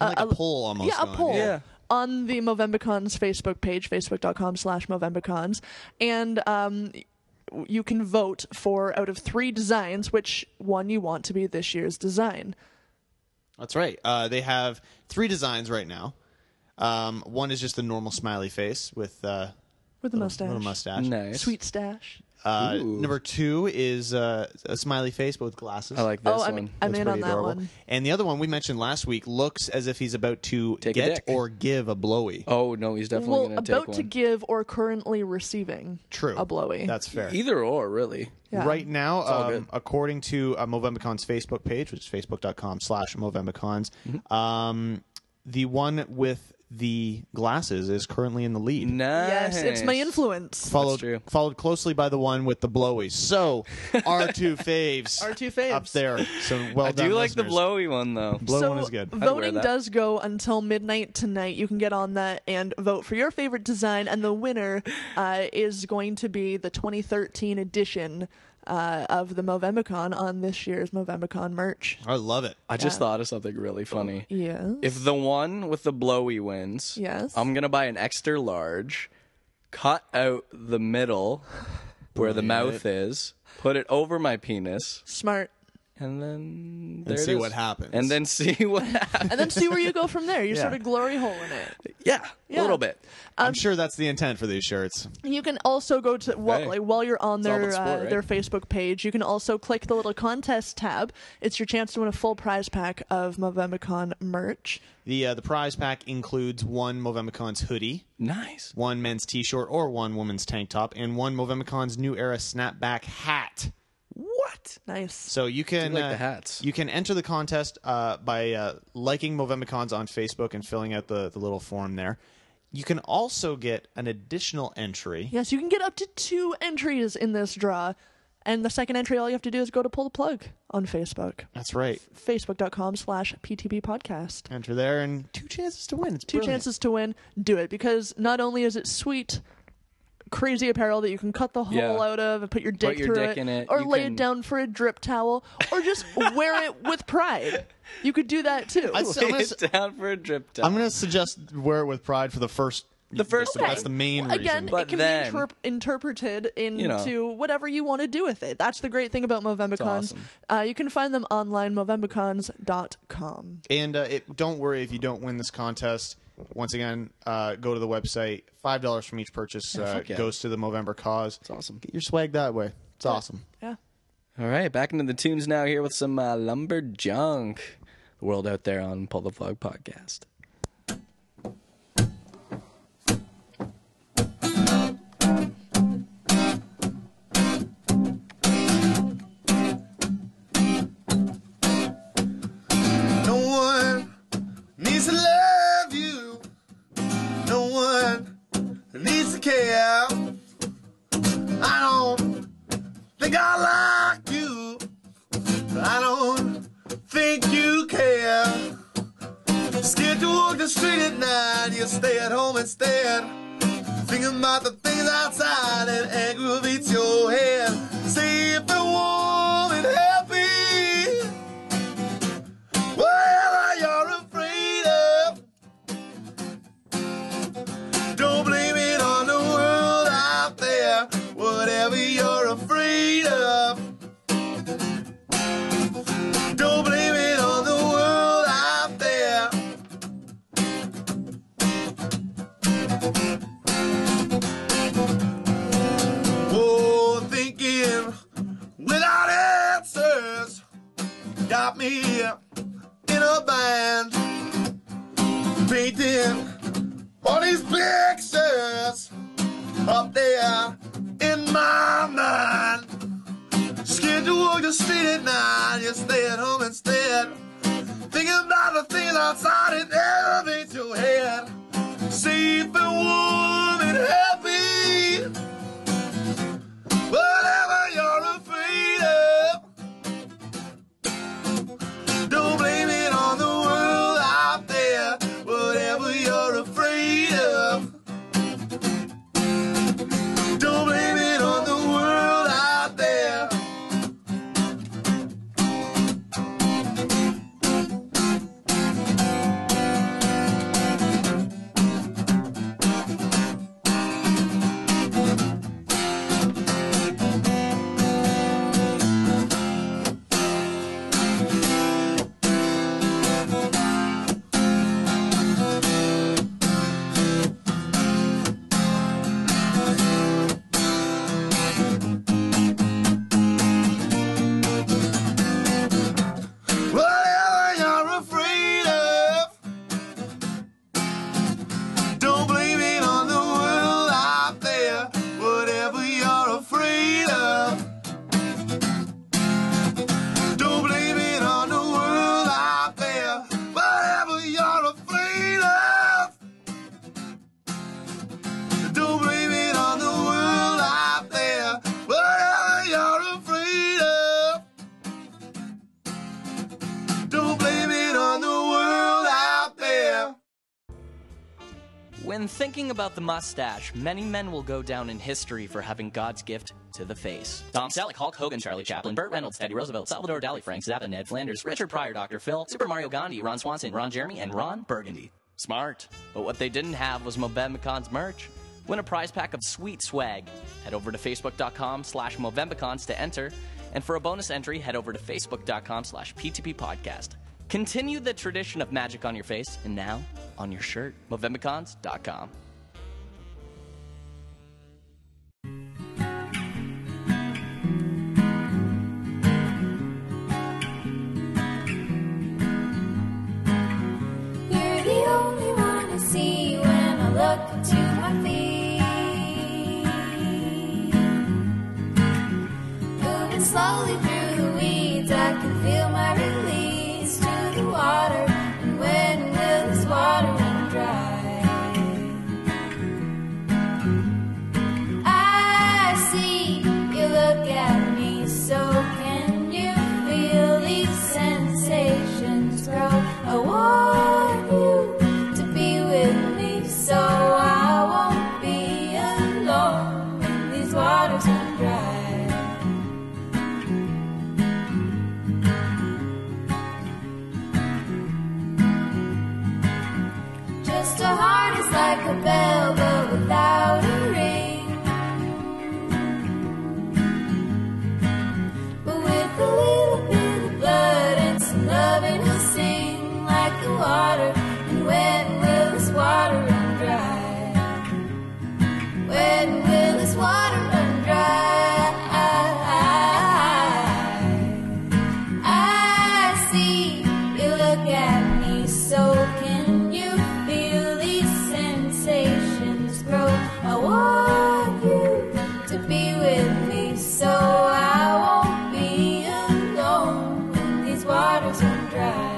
Kinda like a poll almost Yeah, a going. poll. Yeah. On the Movembicon's Facebook page, facebook.com slash Movembicons. And um, you can vote for out of three designs, which one you want to be this year's design. That's right. Uh, they have three designs right now. Um, one is just the normal smiley face with uh, With a mustache. Little mustache. Sweet stash. Uh, Ooh. number two is uh, a smiley face, but with glasses. I like this Oh, I'm- one. I'm in on that one. And the other one we mentioned last week looks as if he's about to Take a get dick. or give a blowy. Oh no, he's definitely well, about to give or currently receiving True. a blowy. That's fair. E-, Either or, really. Yeah. Right now, It's all um, according to uh, Movembecon's Facebook page, which is facebook.com slash Movembicons, Mm-hmm. um, the one with the glasses is currently in the lead. Yes, it's my influence. Followed, followed closely by the one with the blowies. So, our two faves. Our two faves. Up there. So, well I done. do like the listeners. blowy one though. Blow one is good. Voting does go until midnight tonight. You can get on that and vote for your favorite design, and the winner uh, is going to be the 2013 edition uh, of the Movemicon on this year's Movemicon merch. I love it. I just Yeah. Oh, thought of something really funny. Yeah. If the one with the blowy wins, Yes. I'm gonna buy an extra large, cut out the middle where the mouth is, put it over my penis, Smart. and then And see what happens. And then see what happens. And then see where you go from there. You're Yeah. sort of glory hole in it. Yeah, Yeah. Um, a little bit. I'm sure that's the intent for these shirts. You can also go to while, Hey. like, while you're on It's all their about sport, uh, right? their Facebook page. You can also click the little contest tab. It's your chance to win a full prize pack of Movemicon merch. The uh, the prize pack includes one Movemicon's hoodie, nice, one men's t-shirt or one woman's tank top, and one Movemicon's new era snapback hat. What? Nice. So you can like the hats. You can enter the contest uh, by uh, liking Movemicons on Facebook and filling out the the little form there. You can also get an additional entry. Yes, you can get up to two entries in this draw. And the second entry, all you have to do is go to pull the plug on Facebook. That's right. Facebook.com slash PTB podcast. Enter there and two chances to win. It's Two brilliant. chances to win. Do it because not only is it sweet, crazy apparel that you can cut the hole Yeah. out of and put your dick Put your through dick in it. or You lay can- it down for a drip towel, or just wear it with pride. You could do that too. I'd say- I'm gonna It's down for a drip down. I'm going to suggest wear it with pride for the first. The first That's Okay. the main Well, reason. Again, it can be interp- interpreted into know. whatever you want to do with it. That's the great thing about Movembicons. awesome. Uh, you can find them online, movembicons.com. And uh, it, don't worry if you don't win this contest. Once again, uh, go to the website. Five dollars from each purchase Yeah, uh, fuck yeah. goes to the Movember cause. It's awesome. Get your swag that way. It's awesome. All right, back into the tunes now here with some uh, lumberjunk. The world out there on Pull the Plug podcast. No one needs to love you. No one needs to care. I don't think I like you. I don't think you care. Scared to walk the street at night, you stay at home instead. Thinking about the things outside, it aggravates your head. See if they're warm and happy. Whatever you're afraid of, don't blame it on the world out there. Whatever you're afraid of, don't blame it on the world out there. Whoa, thinking without answers got me in a band painting all these pictures up there in my mind. Scared to walk the street at night, you stay at home instead. Thinking about the things outside, it elevates your head. Safe and warm and happy. Whatever you're afraid of. Don't blame it on the world out there. Whatever you're afraid of. Don't blame it on the world out there. When thinking about the mustache, many men will go down in history for having God's gift to the face. Tom Selleck, Hulk Hogan, Charlie Chaplin, Burt Reynolds, Teddy Roosevelt, Salvador Dali, Frank Zappa, Ned Flanders, Richard Pryor, Dr. Phil, Super Mario Gandhi, Ron Swanson, Ron Jeremy, and Ron Burgundy. Smart. But what they didn't have was Mobembicons merch. Win a prize pack of sweet swag. Head over to facebook.com slash Movembicons to enter. And for a bonus entry, head over to facebook.com slash PTP podcast. Continue the tradition of magic on your face and now on your shirt. Movembicons.com. You're the only one I see when I look to my feet. Moving slowly through the weeds, I can feel my release to the water. And when will this water run dry? I see you look at me, so can you feel these sensations grow? I want you to be with me, so I won't be alone when these waters run dry. Just a heart is like a bell, but without a ring. But with a little bit of blood and some love, it'll sing like the water. And when will this water run dry? When will this water run dry? I see you look at me, so can you feel these sensations grow? I want you to be with me, so I won't be alone when these waters run dry.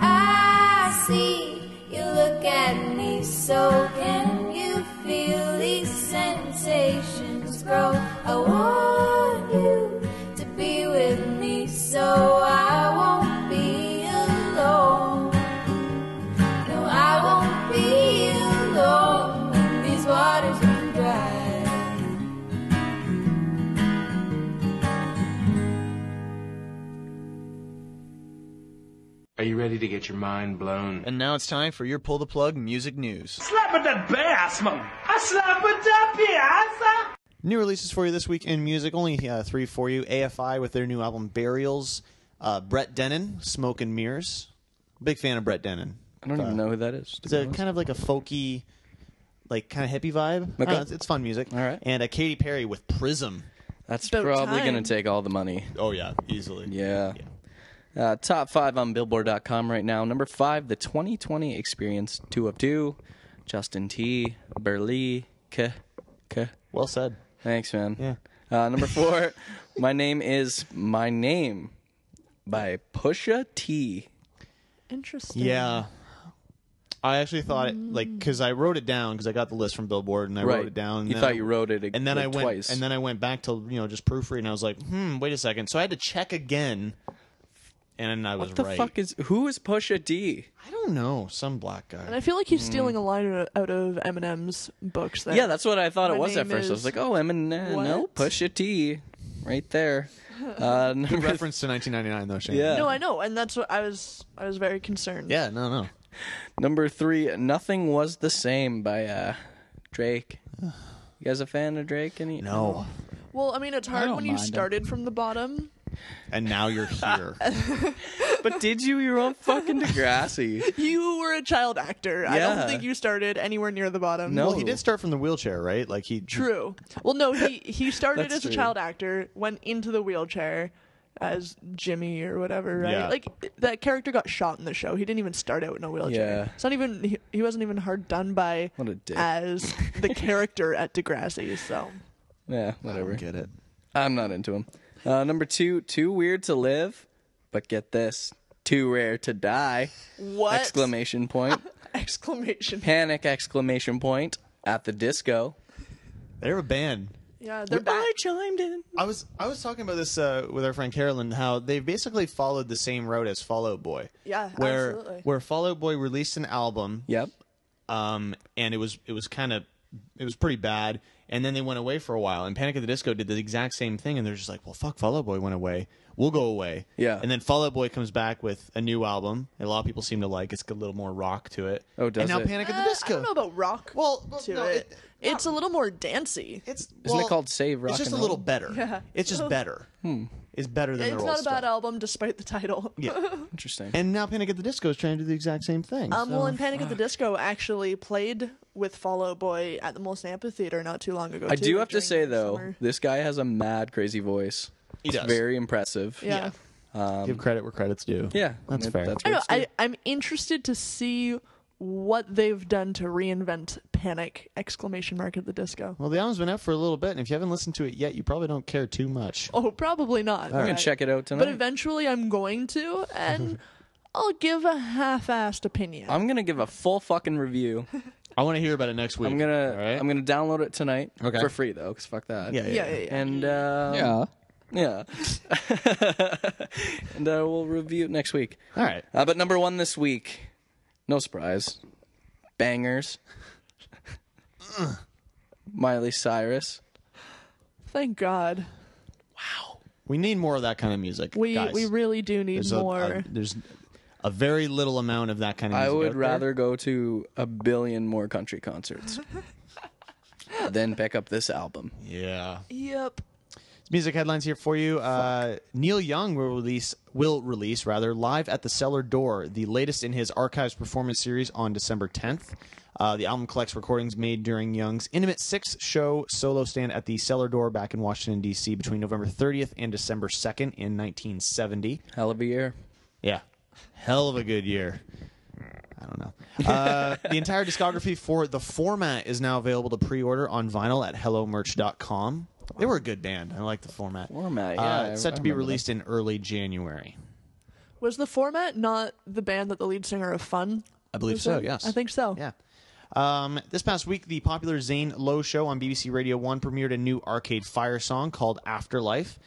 I see you look at me, so can you feel these sensations grow? I want you to be with me, so I won't be alone. No, I won't be alone when these waters run dry. Are you ready to get your mind blown? And now it's time for your pull the plug music news. Slap at that bass, man. I slap at that piazza. New releases for you this week in music. Only uh, three for you. AFI with their new album Burials. Uh, Brett Denon, Smoke and Mirrors. Big fan of Brett Denon. Uh, I don't even know who that is. to It's be a honest. kind of like a folky, like kind of hippie vibe. I don't Okay. know, it's, it's fun music. All right. And uh, Katy Perry with Prism. That's probably going to take all the money. Oh yeah, easily. Yeah. Uh, top five on Billboard.com right now. Number five, the 2020 Experience, two of two. Justin T. Burley. K. K. Well said. Thanks, man. Yeah. Uh, number four, my name is my name by Pusha T. Interesting. Yeah. I actually thought it Mm. like because I wrote it down because I got the list from Billboard and I Right. wrote it down. and You then thought I- you wrote it ag- and then like I went twice. and then I went back to you know just proofread and I was like, hmm, wait a second. So I had to check again, and then I was What the right. fuck is who is Pusha D? Mm. I don't know. Some black guy. And I feel like he's stealing a line o- out of Eminem's books. There. Hmm. Yeah, that's what I thought My it was at name first. I was is- like, oh, Eminem, no, What? Pusha T, right there. Uh, number Good reference to 1999 though. Shane. Yeah. No, I know, and that's what I was. I was very concerned. Yeah, no, no. Number three, Nothing Was the Same by uh, Drake. You guys a fan of Drake? Any? No. Well, I mean, it's hard don't when you mind him. started from the bottom. And now you're here. but did you? You were on fucking Degrassi. You were a child actor. I Yeah. don't think you started anywhere near the bottom. Um, Well, he did start from the wheelchair, right? Like he True. Well, no, he he started That's as a true. child actor, went into the wheelchair as Jimmy or whatever, right? Yeah. Like that character got shot in the show. He didn't even start out in a wheelchair. Yeah. It's not even he, he wasn't even hard done by What a dick. as the character at Degrassi. So Yeah, whatever. get it. I'm not into him. Uh, number two, too weird to live, but get this, too rare to die. What? Exclamation point! exclamation. Panic! Exclamation point! At the disco. They're a band. Yeah, they're back. I chimed in. I was I was talking about this uh, with our friend Carolyn how they basically followed the same road as Fall Out Boy. Yeah, where Uh, absolutely. where Fall Out Boy released an album. Yep. Um, and it was it was kind of it was pretty bad, and then they went away for a while. And Panic at the Disco did the exact same thing, and they're just like, well, fuck, Fall Out Boy went away, we'll go away. Yeah. And then Fall Out Boy comes back with a new album. A lot of people seem to like. It's got a little more rock to it. Oh, does and now Panic at the Uh, Disco. I don't know about rock. Well, to no, uh, it, it's a little more dancey. It's Isn't it called Save Rock? It's just and a Roll? little better. Yeah. It's just better. Hmm. It's better than it's their not old a stuff. bad album, despite the title. Yeah. Interesting. And now Panic at the Disco is trying to do the exact same thing. Um, well, so- uh, and Panic at the Disco actually played with Fall Out Boy at the Molson Amphitheater not too long ago. I too, do have to during say their though, summer. this guy has a mad crazy voice. He it's does. Very impressive. Yeah. Um, Give credit where credit's due. Yeah, That's that- fair. that's I know. I, I'm interested to see what they've done to reinvent Panic! Exclamation mark at the Disco. Well, the album's been out for a little bit, and if you haven't listened to it yet, you probably don't care too much. Oh, probably not. I'm gonna check it out But tonight. eventually, I'm going to, and I'll give a half-assed opinion. I'm gonna give a full fucking review. I want to hear about it next week. I'm gonna I'm gonna download it tonight. Okay. For free though, because fuck that. Yeah, yeah, Yeah, yeah. yeah, And um, Yeah. yeah. and uh, we'll review it next week. All right. Uh, but number one this week, no surprise, bangers. Miley Cyrus. Thank God. We need more of that kind of music. We guys. we really do need There's a- um, more. A, there's a very little amount of that kind of I music. would out there. rather go to a billion more country concerts than pick up this album. Yeah. yep. music headlines here for you. Uh, Neil Young will release will release rather live at the Cellar Door, the latest in his archives performance series on December 10th. Uh, the album collects recordings made during Young's intimate six show solo stand at the Cellar Door back in Washington D.C. between November 30th and December 2nd in 1970. Hell of a year. Yeah, hell of a good year. I don't know. Uh, the entire discography for the format is now available to pre-order on vinyl at hellomerch.com. They were a good band. I like the format. Format, yeah, Uh, I- it's set I to be remember released in early January. Was the format not the band that the lead singer of Fun? I believe was so, in? yes. I think so. Yeah. Um, this past week, the popular Zane Lowe show on BBC Radio 1 premiered a new Arcade Fire song called Afterlife.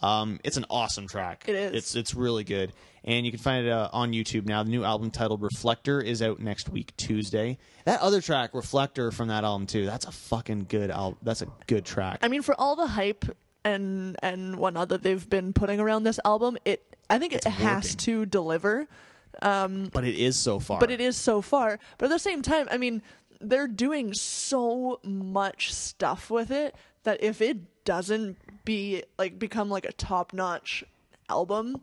Um, it's an awesome track. It is. It's, it's really good. And you can find it uh, on YouTube now. The new album titled Reflector is out next week, Tuesday. That other track, Reflector, from that album, too, that's a fucking good album. That's a good track. I mean, for all the hype and and whatnot that they've been putting around this album, it I think it has working. to deliver. Um, But it is so far. but it is so far. But at the same time, I mean, they're doing so much stuff with it that if it doesn't be like become like a top notch album,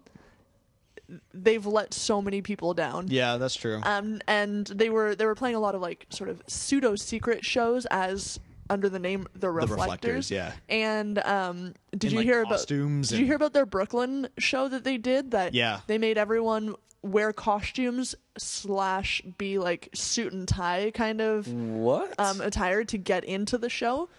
they've let so many people down. Yeah, that's true. Um, and they were they were playing a lot of like sort of pseudo secret shows as under the name the Reflectors. Reflectors, yeah. And um, did In, you like, hear about costumes Did you and- hear about their Brooklyn show that they did? That Yeah. they made everyone wear costumes slash be like suit and tie kind of What? um attire to get into the show.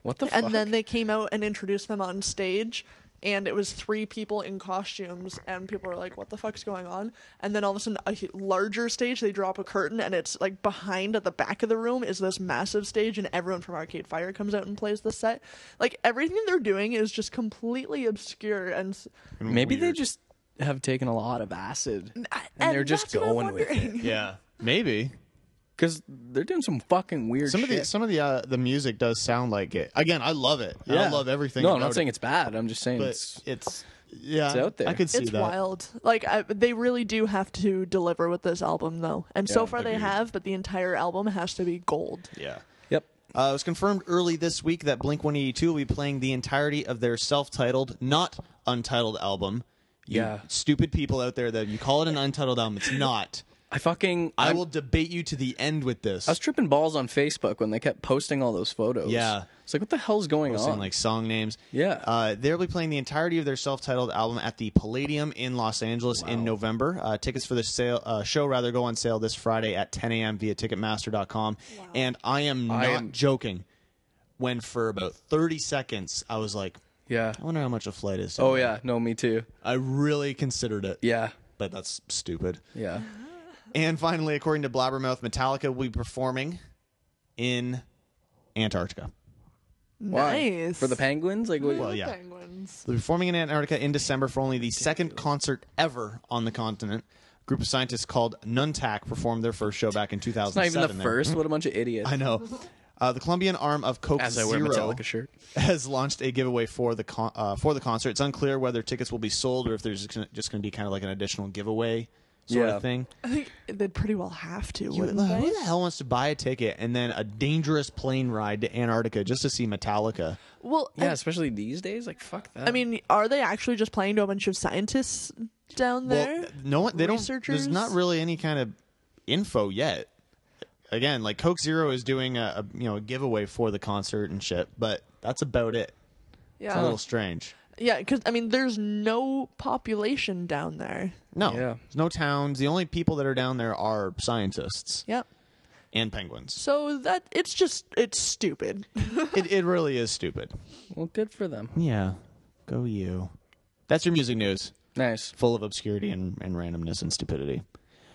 What the And fuck? then they came out and introduced them on stage, and it was three people in costumes, and people were like, "What the fuck's going on?" And then all of a sudden, a hu- larger stage. They drop a curtain, and it's like behind at the back of the room is this massive stage, and everyone from Arcade Fire comes out and plays the set. Like everything they're doing is just completely obscure, and s- Mm-hmm. Maybe they just have taken a lot of acid and, and they're just that's what I'm going with it. wondering. Yeah, maybe. Because they're doing some fucking weird some of the shit. some of the uh, the music does sound like it. Again, I love it. I love everything. No, I'm about not saying it. it's bad. I'm just saying But it's it's yeah. it's out there. I could see it's that. wild. Like I, they really do have to deliver with this album, though, and so Yeah, far they agreed. have. But the entire album has to be gold. Yeah. Yep. Uh, it was confirmed early this week that Blink 182 will be playing the entirety of their self-titled, not untitled album. You Yeah. Stupid people out there that you call it an untitled album, it's not. I fucking I I'm- will debate you to the end with this. I was tripping balls on Facebook when they kept posting all those photos. Yeah. It's like what the hell's going posting on? like song names. Yeah. Uh, they'll be playing the entirety of their self-titled album at the Palladium in Los Angeles in November. Uh, tickets for the sale uh, show rather go on sale this Friday at 10 a.m. via Ticketmaster.com. And I am not I am- joking. When for about 30 seconds, I was like, "Yeah, I wonder how much a flight is." oh yeah, no, me too. I really considered it. Yeah, but that's stupid. Yeah. And finally, according to Blabbermouth, Metallica will be performing in Antarctica. Nice. For the penguins? Like what? Well, yeah. Penguins. They're performing in Antarctica in December for only the second concert ever on the continent. A group of scientists called Nuntak performed their first show back in 2007. It's not even the there. first. What a bunch of idiots. I know. Uh, the Colombian arm of Coke As I wear a Zero Metallica shirt. has launched a giveaway for the con- uh, for the concert. It's unclear whether tickets will be sold or if there's just gonna- just going to be kind of like an additional giveaway sort Yeah. of thing. I think they'd pretty well have to, Who wouldn't the they? who the hell wants to buy a ticket and then a dangerous plane ride to Antarctica just to see Metallica? Well, Yeah, and- especially these days. Like fuck that. I mean, are they actually just playing to a bunch of scientists down there? Well, no one. They Researchers? don't. There's not really any kind of info yet. Again, like Coke Zero is doing a, a you know a giveaway for the concert and shit, but that's about it. It's a Yeah. little strange. Yeah, because I mean, there's no population down there. No, there's no towns. The only people that are down there are scientists Yep. and penguins. So that it's just it's stupid. it it really is stupid. well, good for them. Yeah, go you. That's your music news. Nice, full of obscurity and, and randomness and stupidity.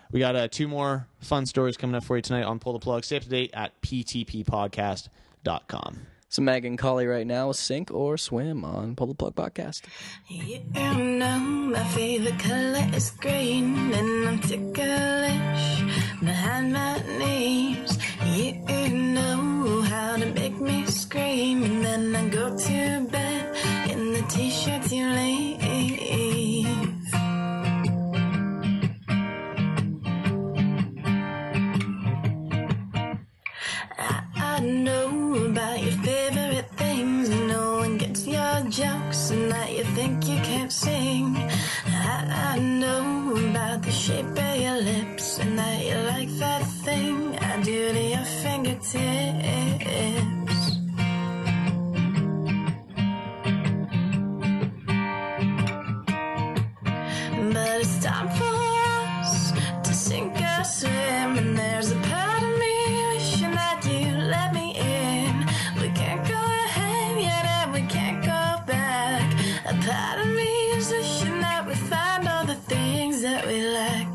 We got uh, two more fun stories coming up for you tonight on Pull the Plug. Stay up to date at ptppodcast.com. Some Megan Colley right now. Sink or swim on Pull the Plug podcast. You know my favorite color is green, and I'm ticklish behind my knees. You know how to make me scream, and then I go to bed in the t-shirt you leave. I know about your favorite things. and No one gets your jokes, and that you think you can't sing. I, I know about the shape of your lips, and that you like that thing I do to your fingertips. But it's time for us to sink or swim. And there's a part of me wishing that you let me in. We can't go ahead yet, and we can't go back. A part of me is wishing that we find all the things that we lack.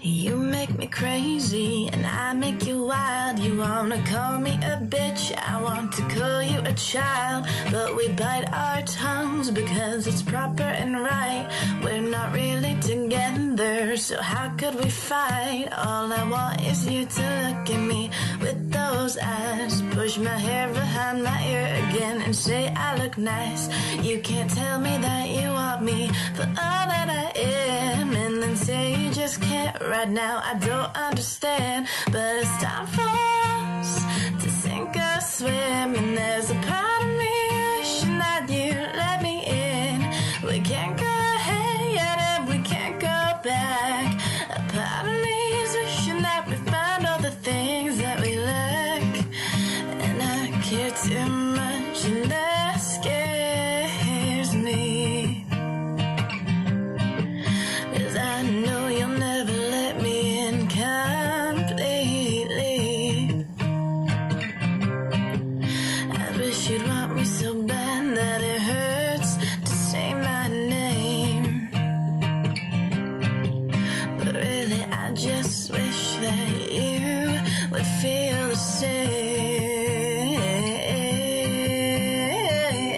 You make me crazy and I make you wild. You wanna call me a bitch, I want to call you a child. But we bite our tongues because it's proper and right. We're not really together, so how could we fight? All I want is you to look at me with those eyes. Push my hair behind my ear again and say I look nice. You can't tell me that you want me for all that I am. And then say you just can't right now. I don't understand, but it's time for us to sink or swim. And there's a part of me wishing that you let me in. We can't go ahead yet, and we can't go back. A part of me is wishing that we find all the things that we lack. And I care too much, and that scares me. Cause I know you'll never let me in completely. I wish you'd want me so bad that it hurts to say my name. But really, I just wish that you would feel the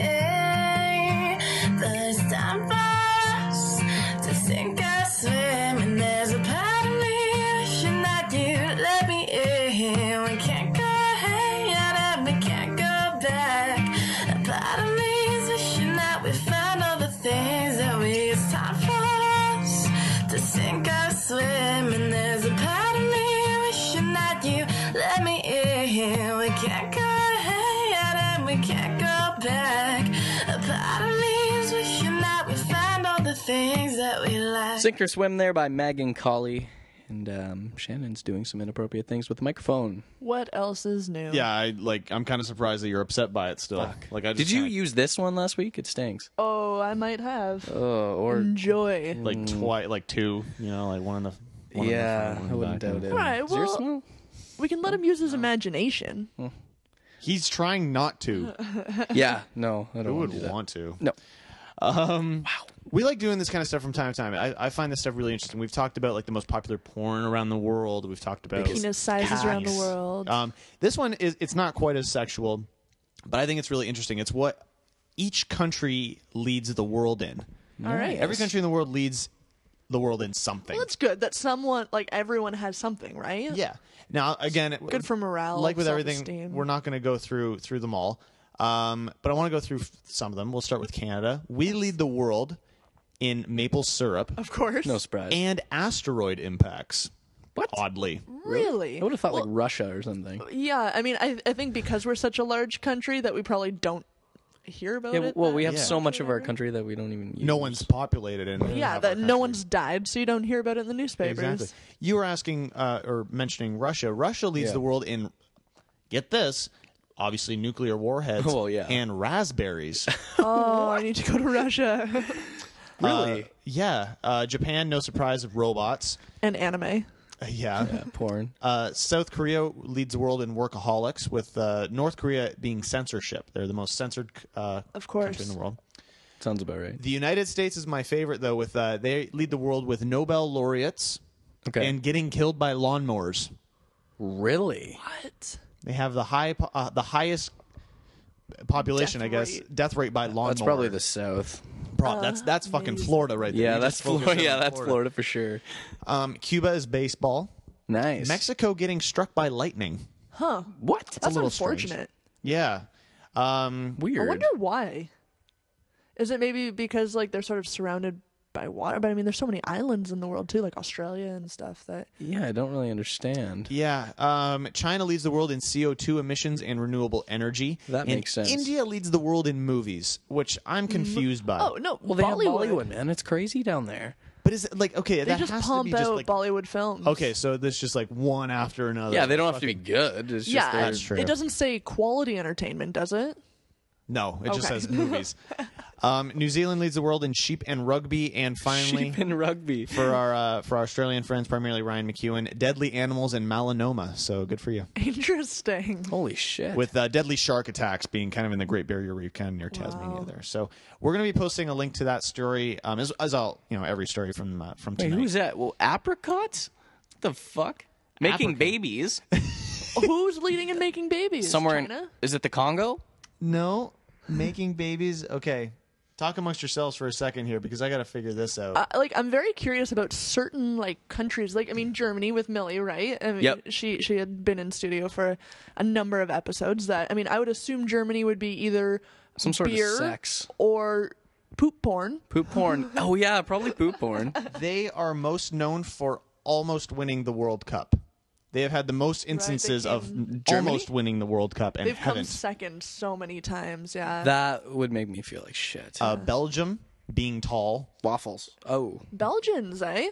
same. But it's time for us to sink or swim, and there's a part of me wishing that you let me in. We can't go ahead yet, and we can't go back. A part of me is wishing that we found all the things that we. It's time for us to sink or swim, and there's a part of me wishing that you let me in. We can't go ahead yet, and we can't go back. A part of me is wishing that we find all the things that we lack. Sink or swim there by Megan Colley. And um, Shannon's doing some inappropriate things with the microphone. What else is new? Yeah, I like. I'm kind of surprised that you're upset by it still. Like, I just Did you kinda- use this one last week? It stinks. Oh, I might have. Oh, or Mm. Enjoy. like twice, like two? You know, like one in the. One Yeah, in the front, one in I the wouldn't back. doubt it. All right. Is yours Well, we can let him use his imagination. He's trying not to. yeah, no, I don't wanna Who would do that. want to? No. Um, wow. We like doing this kind of stuff from time to time. I, I find this stuff really interesting. We've talked about like the most popular porn around the world. We've talked about Penis sizes around the Yes. world. Um, this one is it's not quite as sexual, but I think it's really interesting. It's what each country leads the world in. All right. Every country in the world leads the world in something. Well, it's good that someone, like everyone, has something, right? Yeah. Now, again, it- Good for morale, Like with everything, self-esteem. we're not going to go through through them all, um, but I want to go through f- some of them. We'll start with Canada. We lead the world in maple syrup, of course. No surprise. and asteroid impacts. What? Oddly, Really? I would have thought like Russia or something. Yeah, I mean, I, I think because we're such a large country that we probably don't hear about Yeah, it. well, that we have much. so much of our country that we don't even use. no one's populated in. in Yeah, our that country. no one's died, so you don't hear about it in the newspapers. Exactly. You were asking uh, or mentioning Russia. Russia leads Yeah. the world in get this, obviously nuclear warheads Well, yeah. and raspberries. Oh, I need to go to Russia. Uh, yeah. Uh, Japan, no surprise, robots. and anime. Uh, Yeah. porn. Uh, South Korea leads the world in workaholics, with uh, North Korea being censorship. They're the most censored uh, Of course. country in the world. Sounds about right. The United States is my favorite, though. With uh, they lead the world with Nobel laureates Okay. and getting killed by lawnmowers. Really? What? They have the high, po- uh, the highest population, Death I guess, rate. death rate by lawnmower. That's probably the South. Bro, that's that's Uh, fucking Florida right there. Yeah, We that's just focused Florida. in Yeah, on that's Florida for sure. Um, Cuba is baseball. Nice. Mexico getting struck by lightning. Huh. What? a That's little strange. unfortunate. Yeah. Um, I wonder why. Is it maybe because like they're sort of surrounded by water? But I mean, there's so many islands in the world too, like Australia and stuff. That Yeah, I don't really understand. Yeah, um, China leads the world in CO2 emissions and renewable energy. That And makes sense. India leads the world in movies, which I'm confused by. oh no, Well, they Bollywood. have Bollywood, man. It's crazy down there. But is it like okay? They that just has pump to be just out like Bollywood films. okay, so this just like one after another. yeah, they don't have to be good. It's yeah, just they're- That's true. it doesn't say quality entertainment, does it? No, it just Okay. says movies. um, New Zealand leads the world in sheep and rugby, and finally Sheep and rugby. for our uh, for our Australian friends, primarily Ryan McEwen, deadly animals and melanoma. So good for you. Interesting. Holy shit. with uh, deadly shark attacks being kind of in the Great Barrier Reef, kind of near Tasmania there. So we're going to be posting a link to that story, um, as, as all you know, every story from uh, from Wait, tonight. who's that? Well, apricots? What the fuck? Making babies Who's leading and making babies? somewhere China? in. Is it the Congo? no, making babies. Okay, talk amongst yourselves for a second here because I got to figure this out. uh, like I'm very curious about certain like countries. Like I mean Germany with Millie, right? I mean, Yep. She she had been in studio for a number of episodes. That I mean I would assume Germany would be either Some sort of beer sex. or poop porn. Poop porn. oh yeah, probably poop porn. they are most known for almost winning the World Cup. They have had the most instances of Germany? almost winning the World Cup and They've come haven't. second so many times. Yeah. That would make me feel like shit. Uh, Belgium being tall, waffles. Oh, Belgians, eh?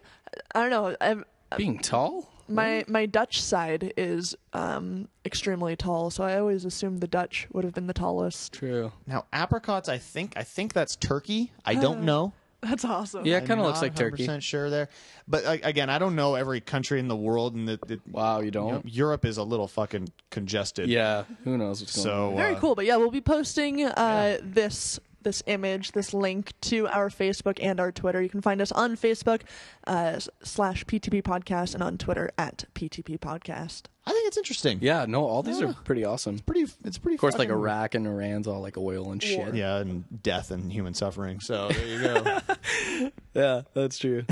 I don't know. I've, being tall. my my Dutch side is um, extremely tall, so I always assumed the Dutch would have been the tallest. True. Now apricots, I think I think that's Turkey. I don't Ah. know. That's awesome. I'm not 100% sure there, but like, again, I don't know every country in the world, and the, the, wow, you don't. Europe is a little fucking congested. Yeah, who knows what's going So on. Very uh, cool. But yeah, we'll be posting uh, this this image, this link to our Facebook and our Twitter. You can find us on Facebook uh, s- slash PTP Podcast and on Twitter at PTP Podcast. I think it's interesting. Yeah, no, all these Yeah. are pretty awesome. It's pretty. It's pretty. Of course, like fucking- Iraq and Iran's all like oil and shit. Yeah, and death and human suffering. So there you go. yeah, that's true.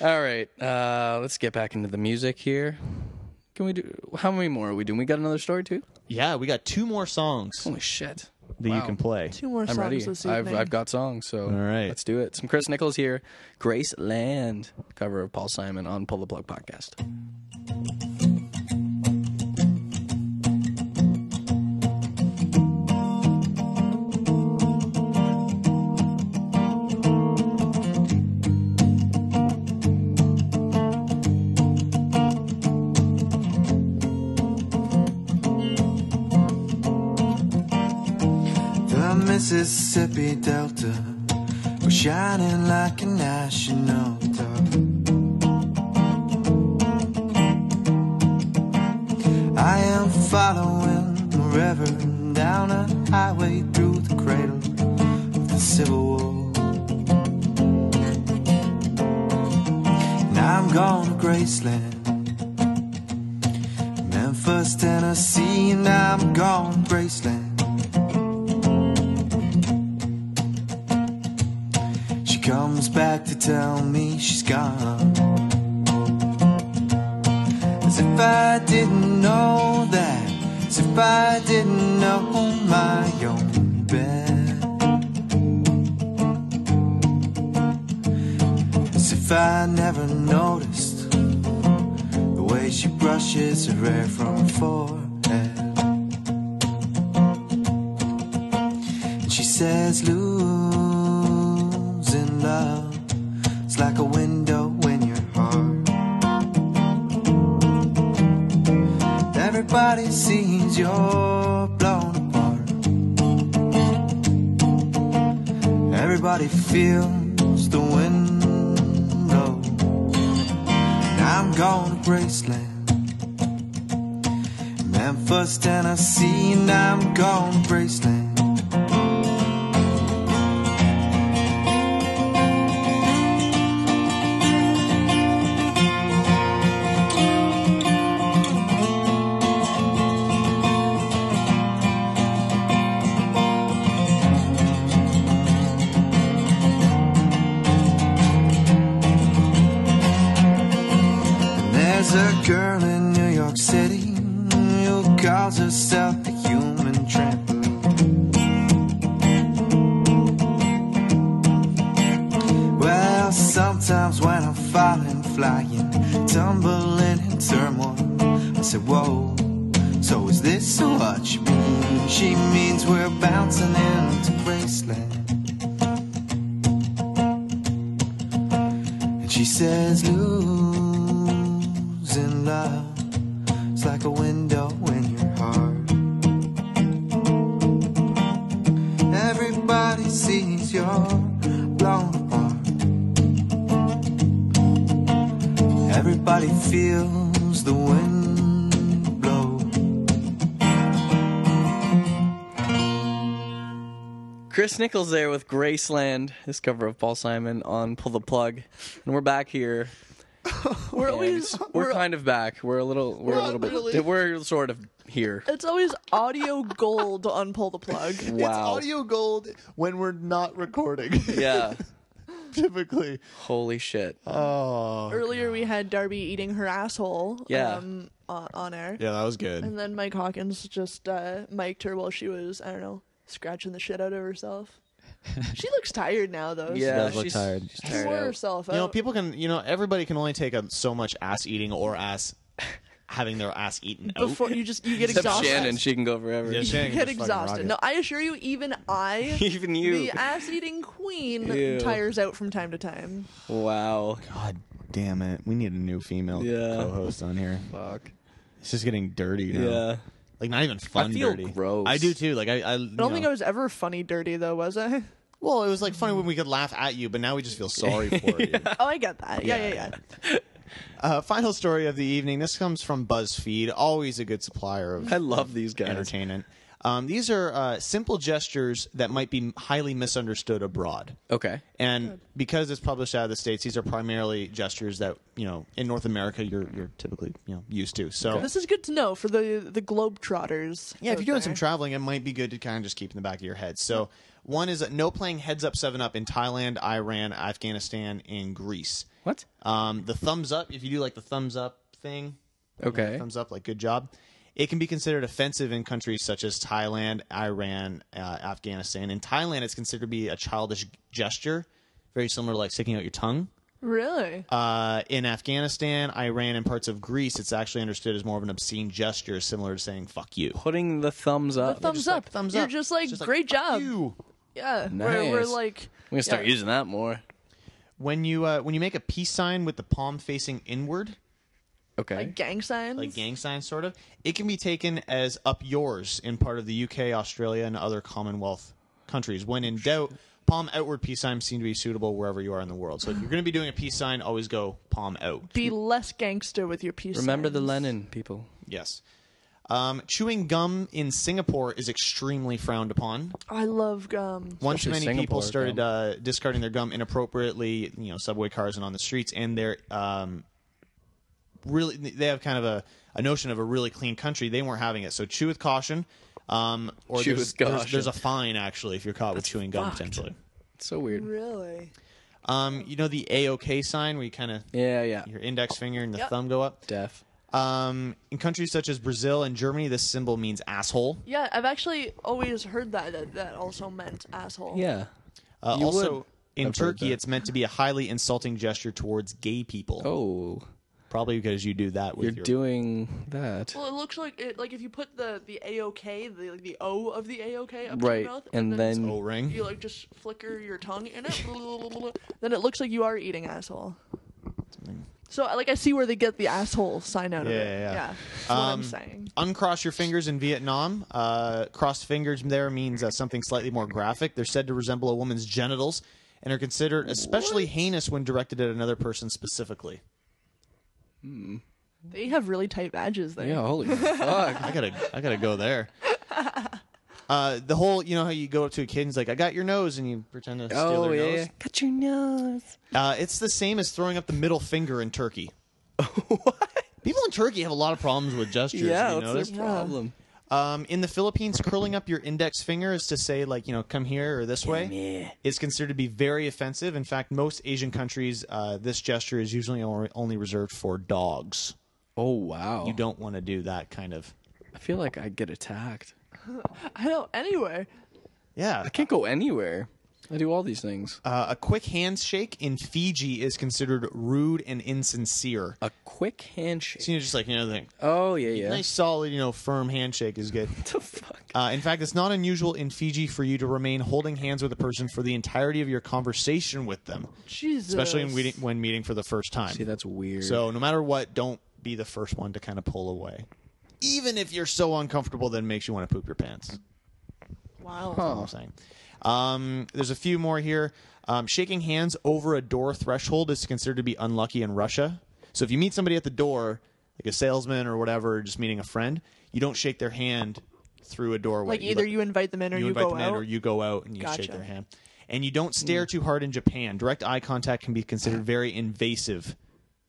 all right, uh, let's get back into the music here. Can we do? How many more are we doing? We got another story too. yeah, we got two more songs Holy shit! that you Wow. can play. Two more I'm songs ready. this I've, evening. I've got songs, so all right, let's do it. Some Chris Nichols here, Grace Land cover of Paul Simon on Pull the Plug podcast. The Mississippi Delta was shining like a national dog. I am following the river down a highway through the cradle of the Civil War. Now I'm gone to Graceland, Memphis, Tennessee, and I'm gone to Graceland. She comes back to tell me she's gone. As if I didn't know that, as if I didn't know my own bed. As if I never noticed the way she brushes her hair from her forehead. And she says, Losing love is like a window in your heart. Everybody sees you're blown apart. Everybody feels the window. Now I'm going to Graceland, Memphis, Tennessee, and I'm going to Graceland. There's a girl in New York City who calls herself a human tramp. Well, sometimes when I'm falling, flying, tumbling in turmoil, I say, Whoa, so is this what she means? She means we're bouncing into Graceland. And she says, Losing love is like a window in your heart. Everybody sees you're blown apart. Everybody feels the wind blow. Chris Nichols there with Graceland, his cover of Paul Simon on Pull the Plug, and we're back here. We're always We're, kind of back. We're a little. We're a Not little bit. really. We're sort of here. it's always audio gold on pull the plug. It's Wow. audio gold when we're not recording. Yeah. Typically. Holy shit. Oh. Earlier we had Darby eating her asshole. Yeah. Um, on, on air. Yeah, that was good. And then Mike Hawkins just uh, mic'd her while she was I don't know scratching the shit out of herself. she looks tired now though. She does look tired. She wore herself You know, out. people can. You know, everybody can only take on so much ass eating or ass having their ass eaten out. Before you just you get Except exhausted. Shannon, she can go forever. Yeah, Shannon You get exhausted. No, I assure you, even I, Even you. the ass-eating queen, Ew. tires out from time to time. Wow. God damn it. We need a new female Yeah. co-host on here. Fuck. It's just getting dirty now. Yeah. Like not even fun feel dirty. gross. I do too. Like I I, I don't think I was ever funny dirty though, was I? Well, it was like funny when we could laugh at you, but now we just feel sorry for you. Oh, I get that. Yeah, yeah, yeah. Uh, final story of the evening. This comes from BuzzFeed. Always a good supplier of. I love these guys. Entertainment. Um, these are uh, simple gestures that might be highly misunderstood abroad. Okay. And because it's published out of the states, these are primarily gestures that you know in North America you're you're typically you know used to. So This is good to know for the the globetrotters. yeah, if out you're doing there. some traveling, it might be good to kind of just keep in the back of your head. So one is uh, no playing heads up seven up in Thailand, Iran, Afghanistan, and Greece. What? Um, the thumbs up. If you do like the thumbs up thing, you know, Okay. thumbs up, like good job. It can be considered offensive in countries such as Thailand, Iran, uh, Afghanistan. In Thailand, it's considered to be a childish gesture, very similar to like sticking out your tongue. really Uh, in Afghanistan, Iran, and parts of Greece, it's actually understood as more of an obscene gesture, similar to saying "fuck you." Putting the thumbs up. thumbs up, thumbs you're up. Just like, great job. Yeah, we're, we're Nice. like We're gonna start yeah. using that more. When you uh, when you make a peace sign with the palm facing inward, okay, like gang signs. like gang signs, sort of, it can be taken as "up yours" in part of the UK, Australia, and other Commonwealth countries. When in doubt, palm outward peace signs seem to be suitable wherever you are in the world. So if you're going to be doing a peace sign, always go palm out. Be less gangster with your peace. Remember signs. the Lenin people. Yes. Um, chewing gum in Singapore is extremely frowned upon. I love um, gum. One too many people started uh, discarding their gum inappropriately, you know, subway cars and on the streets, and they're um, really they have kind of a, a notion of a really clean country. They weren't having it, so chew with caution. Um, or Chew there's, with there's, caution. there's a fine actually if you're caught with chewing gum potentially. It's so weird. Really? Um, you know the AOK sign where you kind of yeah yeah your index finger and the Yep. thumb go up. Deaf. Um, in countries such as Brazil and Germany, this symbol means asshole. Yeah, I've actually always heard that that, that also meant asshole. Uh, You also, would. in I've heard Turkey, it's meant to be a highly insulting gesture towards gay people. Oh, probably because you do that with You're your doing that. Well, it looks like it, like if you put the the AOK, the like the O of the AOK up to Right, your mouth, and then O ring. you like just flicker your tongue in it, Oh, blah, blah, blah, blah, blah, then it looks like you are eating asshole. So like I see where they get the asshole sign out of Yeah, it. yeah, yeah. that's what I'm Um, saying. Uncross your fingers in Vietnam. Uh, crossed fingers there means uh, something slightly more graphic. They're said to resemble a woman's genitals and are considered especially heinous when directed at another person specifically. Hmm. They have really tight badges there. I gotta, I gotta go there. Uh, the whole, you know how you go up to a kid and he's like, "I got your nose," and you pretend to steal Oh their yeah. nose. Cut your nose. Uh, it's the same as throwing up the middle finger in Turkey. what? People in Turkey have a lot of problems with gestures. Yeah, have you what's their noticed? problem? Um, in the Philippines, curling up your index finger is to say, like, you know, come here or this way. It's considered to be very offensive. In fact, most Asian countries, uh, this gesture is usually only only reserved for dogs. Oh, wow. You don't want to do that kind of. I feel like I get attacked. I know. Anyway, Yeah. I can't go anywhere. I do all these things. Uh, a quick handshake in Fiji is considered rude and insincere. A quick handshake. So you know, just like you know, the, Oh yeah, yeah. nice, solid, you know, firm handshake is good. What the fuck? Uh, in fact, it's not unusual in Fiji for you to remain holding hands with a person for the entirety of your conversation with them. Jesus. Especially when, meeting when meeting for the first time. See, that's weird. So no matter what, don't be the first one to kind of pull away. Even if you're so uncomfortable that it makes you want to poop your pants. Wow. That's all I'm saying. Um, there's a few more here. Um, shaking hands over a door threshold is considered to be unlucky in Russia. So if you meet somebody at the door, like a salesman or whatever, or just meeting a friend, you don't shake their hand through a doorway. like either let- you invite them in or you you, invite go them out. in or you go out and you shake Gotcha. Hmm. their hand. And you don't stare too hard in Japan. Direct eye contact can be considered very invasive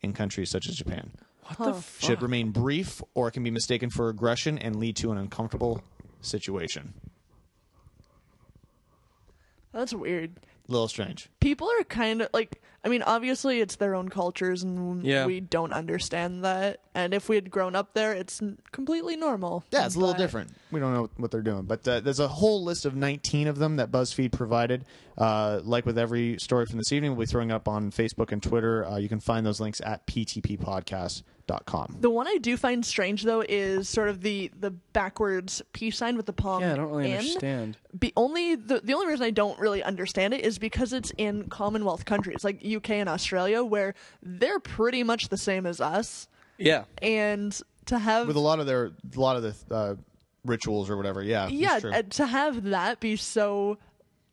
in countries such as Japan. What the Huh. Should remain brief or it can be mistaken for aggression and lead to an uncomfortable situation. That's weird. A little strange. people are kind of like i mean obviously it's their own cultures and Yeah. we don't understand that and if we had grown up there it's n- completely normal Yeah, it's a little But- different. We don't know what they're doing, but uh, there's a whole list of 19 of them that BuzzFeed provided. Uh, like with every story from this evening, we'll be throwing up on Facebook and Twitter. Uh, you can find those links at ptppodcast.com. the one i do find strange though is sort of the the backwards peace sign with the palm Yeah, I don't really in. understand. Be only the, the only reason I don't really understand it is because it's in Commonwealth countries like UK and Australia where they're pretty much the same as us, Yeah. and to have With a lot of their a lot of the uh, rituals or whatever, yeah, that's yeah true. uh, to have that be so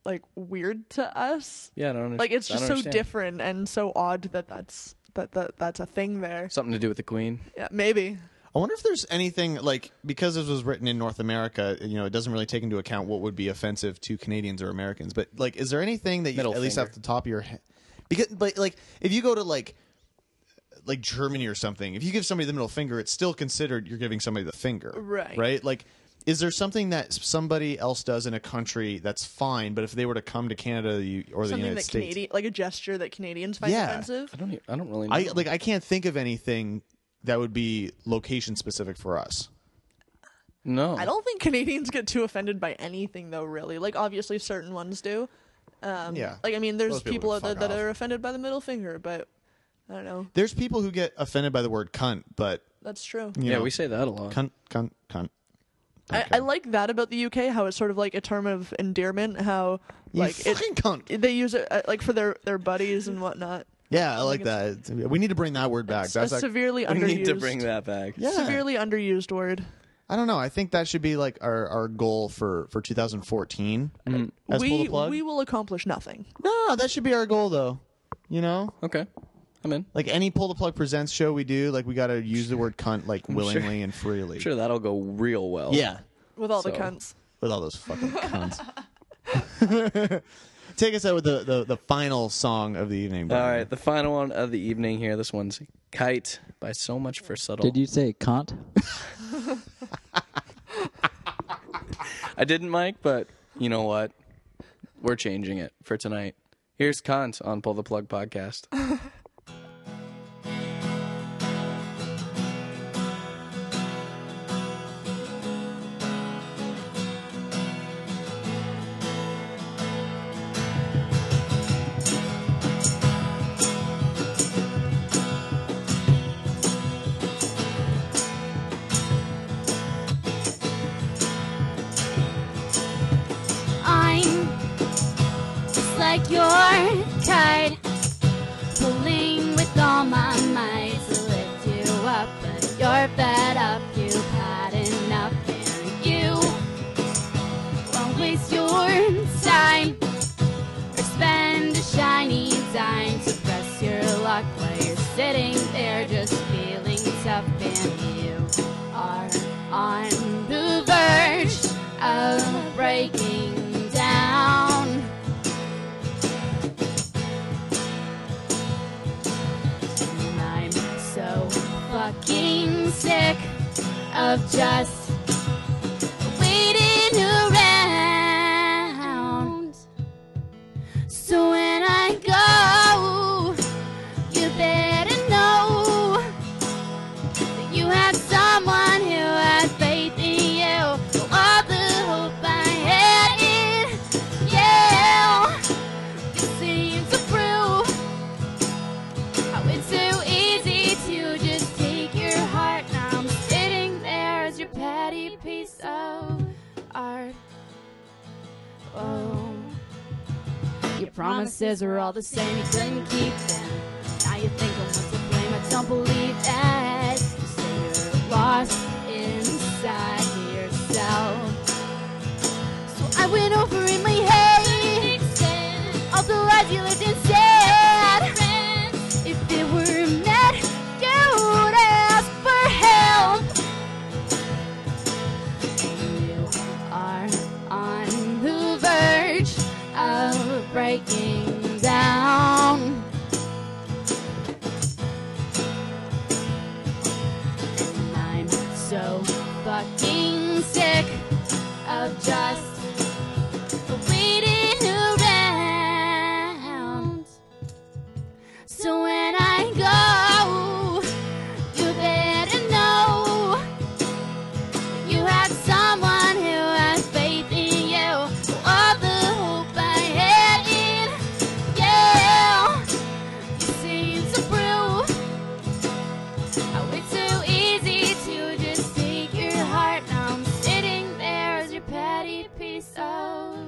like weird to us Yeah, I don't under- like it's I don't just so understand. different and so odd that that's that, that that's a thing there Something to do with the queen. yeah maybe I wonder if there's anything like because this was written in North America, you know, it doesn't really take into account what would be offensive to Canadians or Americans. But like, is there anything that you at least finger. off the top of your head? Because, but like, if you go to like like Germany or something, if you give somebody the middle finger, it's still considered you're giving somebody the finger, Right. Right? Like, is there something that somebody else does in a country that's fine, but if they were to come to Canada you, or the something United that States, Canadian like a gesture that Canadians find Yeah. offensive I don't. e, I don't really. I like I can't think of anything that would be location specific for us. No, I don't think Canadians get too offended by anything though really like obviously certain ones do um Yeah. like I mean there's Most people people would out there fuck that off. are offended by the middle finger but I don't know There's people who get offended by the word cunt, but that's true you know, that a lot. Cunt, cunt, cunt. I, I like that about the UK, how it's sort of like a term of endearment, how You like it, fucking cunt. they use it uh, like for their their buddies and whatnot. Yeah, I like that. It's- We need to bring that word back. It's a like- severely We need to underused- bring that back. Yeah. Severely underused word. I don't know. I think that should be like our, our goal for for 2014. Mm. As pull we the plug. we will accomplish nothing. No, that should be our goal though. You know. Okay. I'm in. Like any pull the plug presents show we do, like we got to use the word cunt like I'm willingly sure- and freely. I'm sure that'll go real well. Yeah. With all the So- cunts. With all those fucking cunts. Take us out with the, the, the final song of the evening. All Brian. right, the final one of the evening here. This one's Kite by So Much for Subtle. Did you say cunt? I didn't, Mike, but you know what? We're changing it for tonight. Here's Kant on Pull the Plug podcast. I'm just like your kite, pulling with all my might to lift you up, but you're fed up, you've had enough, and you won't waste your time or spend a shiny dime to press your luck while you're sitting there just feeling tough, and you are on the verge of breaking down. And I'm so fucking sick of just waiting around. So when I go, you better know that you had someone who had faith in you. So all the hope I had in you, you seem to prove how it's so easy to just take your heart. Now I'm sitting there as your petty piece of art. Oh, your promises are all the same. You couldn't keep them. Now you think I'm to blame. I don't believe that. You say you're lost inside yourself. So I went over in my head. All the lies you lived and said. If it were met, you would ask for help. You are on the verge of breaking down. I'm so fucking sick of just waiting around. So when I go, you better know you had someone who has faith in you. All the hope I had in you, you seem to prove. Oh, it's so easy to just take your heart. Now I'm sitting there as your petty piece of.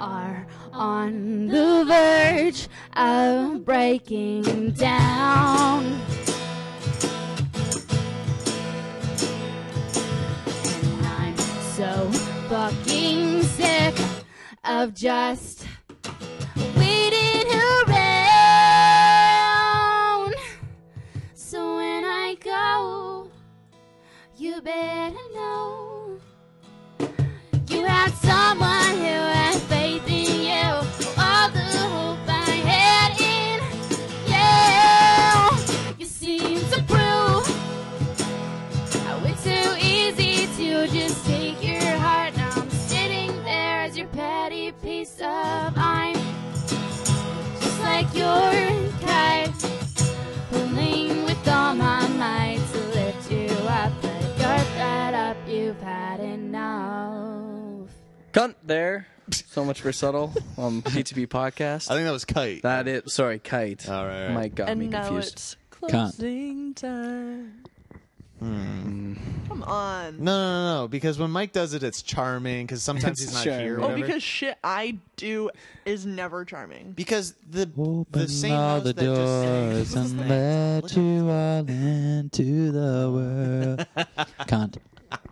are on the verge of breaking down. And I'm so fucking sick of just waiting around. So when I go, you better know. You had someone who had faith in you. All the hope I had in you. You seem to prove how it's so easy to just take your heart. Now I'm sitting there as your petty piece of I'm just like your kite, pulling with all my might to lift you up, but you're fed up. You've had enough. Cunt there. So much for subtle on P2P podcast. I think that was kite. That is sorry, kite. All right. Mike got and me now confused. it's closing time. Hmm. Come on. No, no, no, no. Because when Mike does it, it's charming. Because sometimes he's not here. or Oh, whatever. because shit I do is never charming. Because the Open same all house the that just sang- doors and let you all into the world. Can't.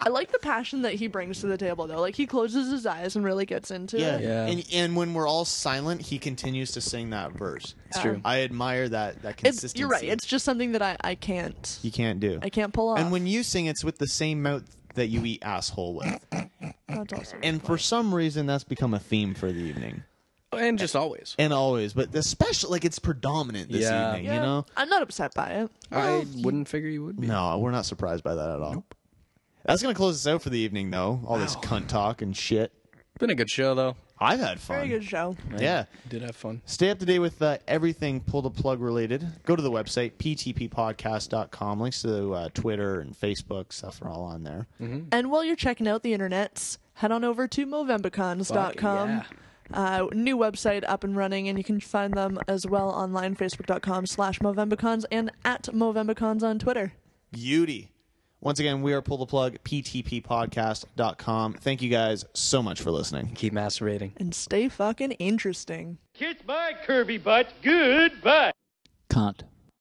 I like the passion that he brings to the table though. Like he closes his eyes and really gets into yeah. it. And, and when we're all silent, he continues to sing that verse. It's true. I admire that that It's, consistency. you're right. It's just something that I, I can't you can't do. I can't pull off. And when you sing, it's with the same mouth that you eat asshole with. That's awesome. and for some reason, that's become a theme for the evening. And just always. And always, but especially like it's predominant this Yeah. evening. You Yeah, know, I'm not upset by it. I wouldn't figure you would be. No, we're not surprised by that at all. That's gonna close us out for the evening, though. All this cunt talk and shit. Been a good show, though. I've had fun. Very good show. Yeah. Did have fun. Stay up to date with uh, everything pull the plug related. Go to the website, ptppodcast.com. Links to uh, Twitter and Facebook stuff are all on there. Mm-hmm. And while you're checking out the internets, head on over to movembicons.com. Fuck Uh, new website up and running, and you can find them as well online, facebook.com slash movembicons and at movembicons on Twitter. Beauty. Once again, we are pull the plug, ptppodcast.com. Thank you guys so much for listening. Keep masturbating. And stay fucking interesting. Kiss my curvy butt. Goodbye. Can't.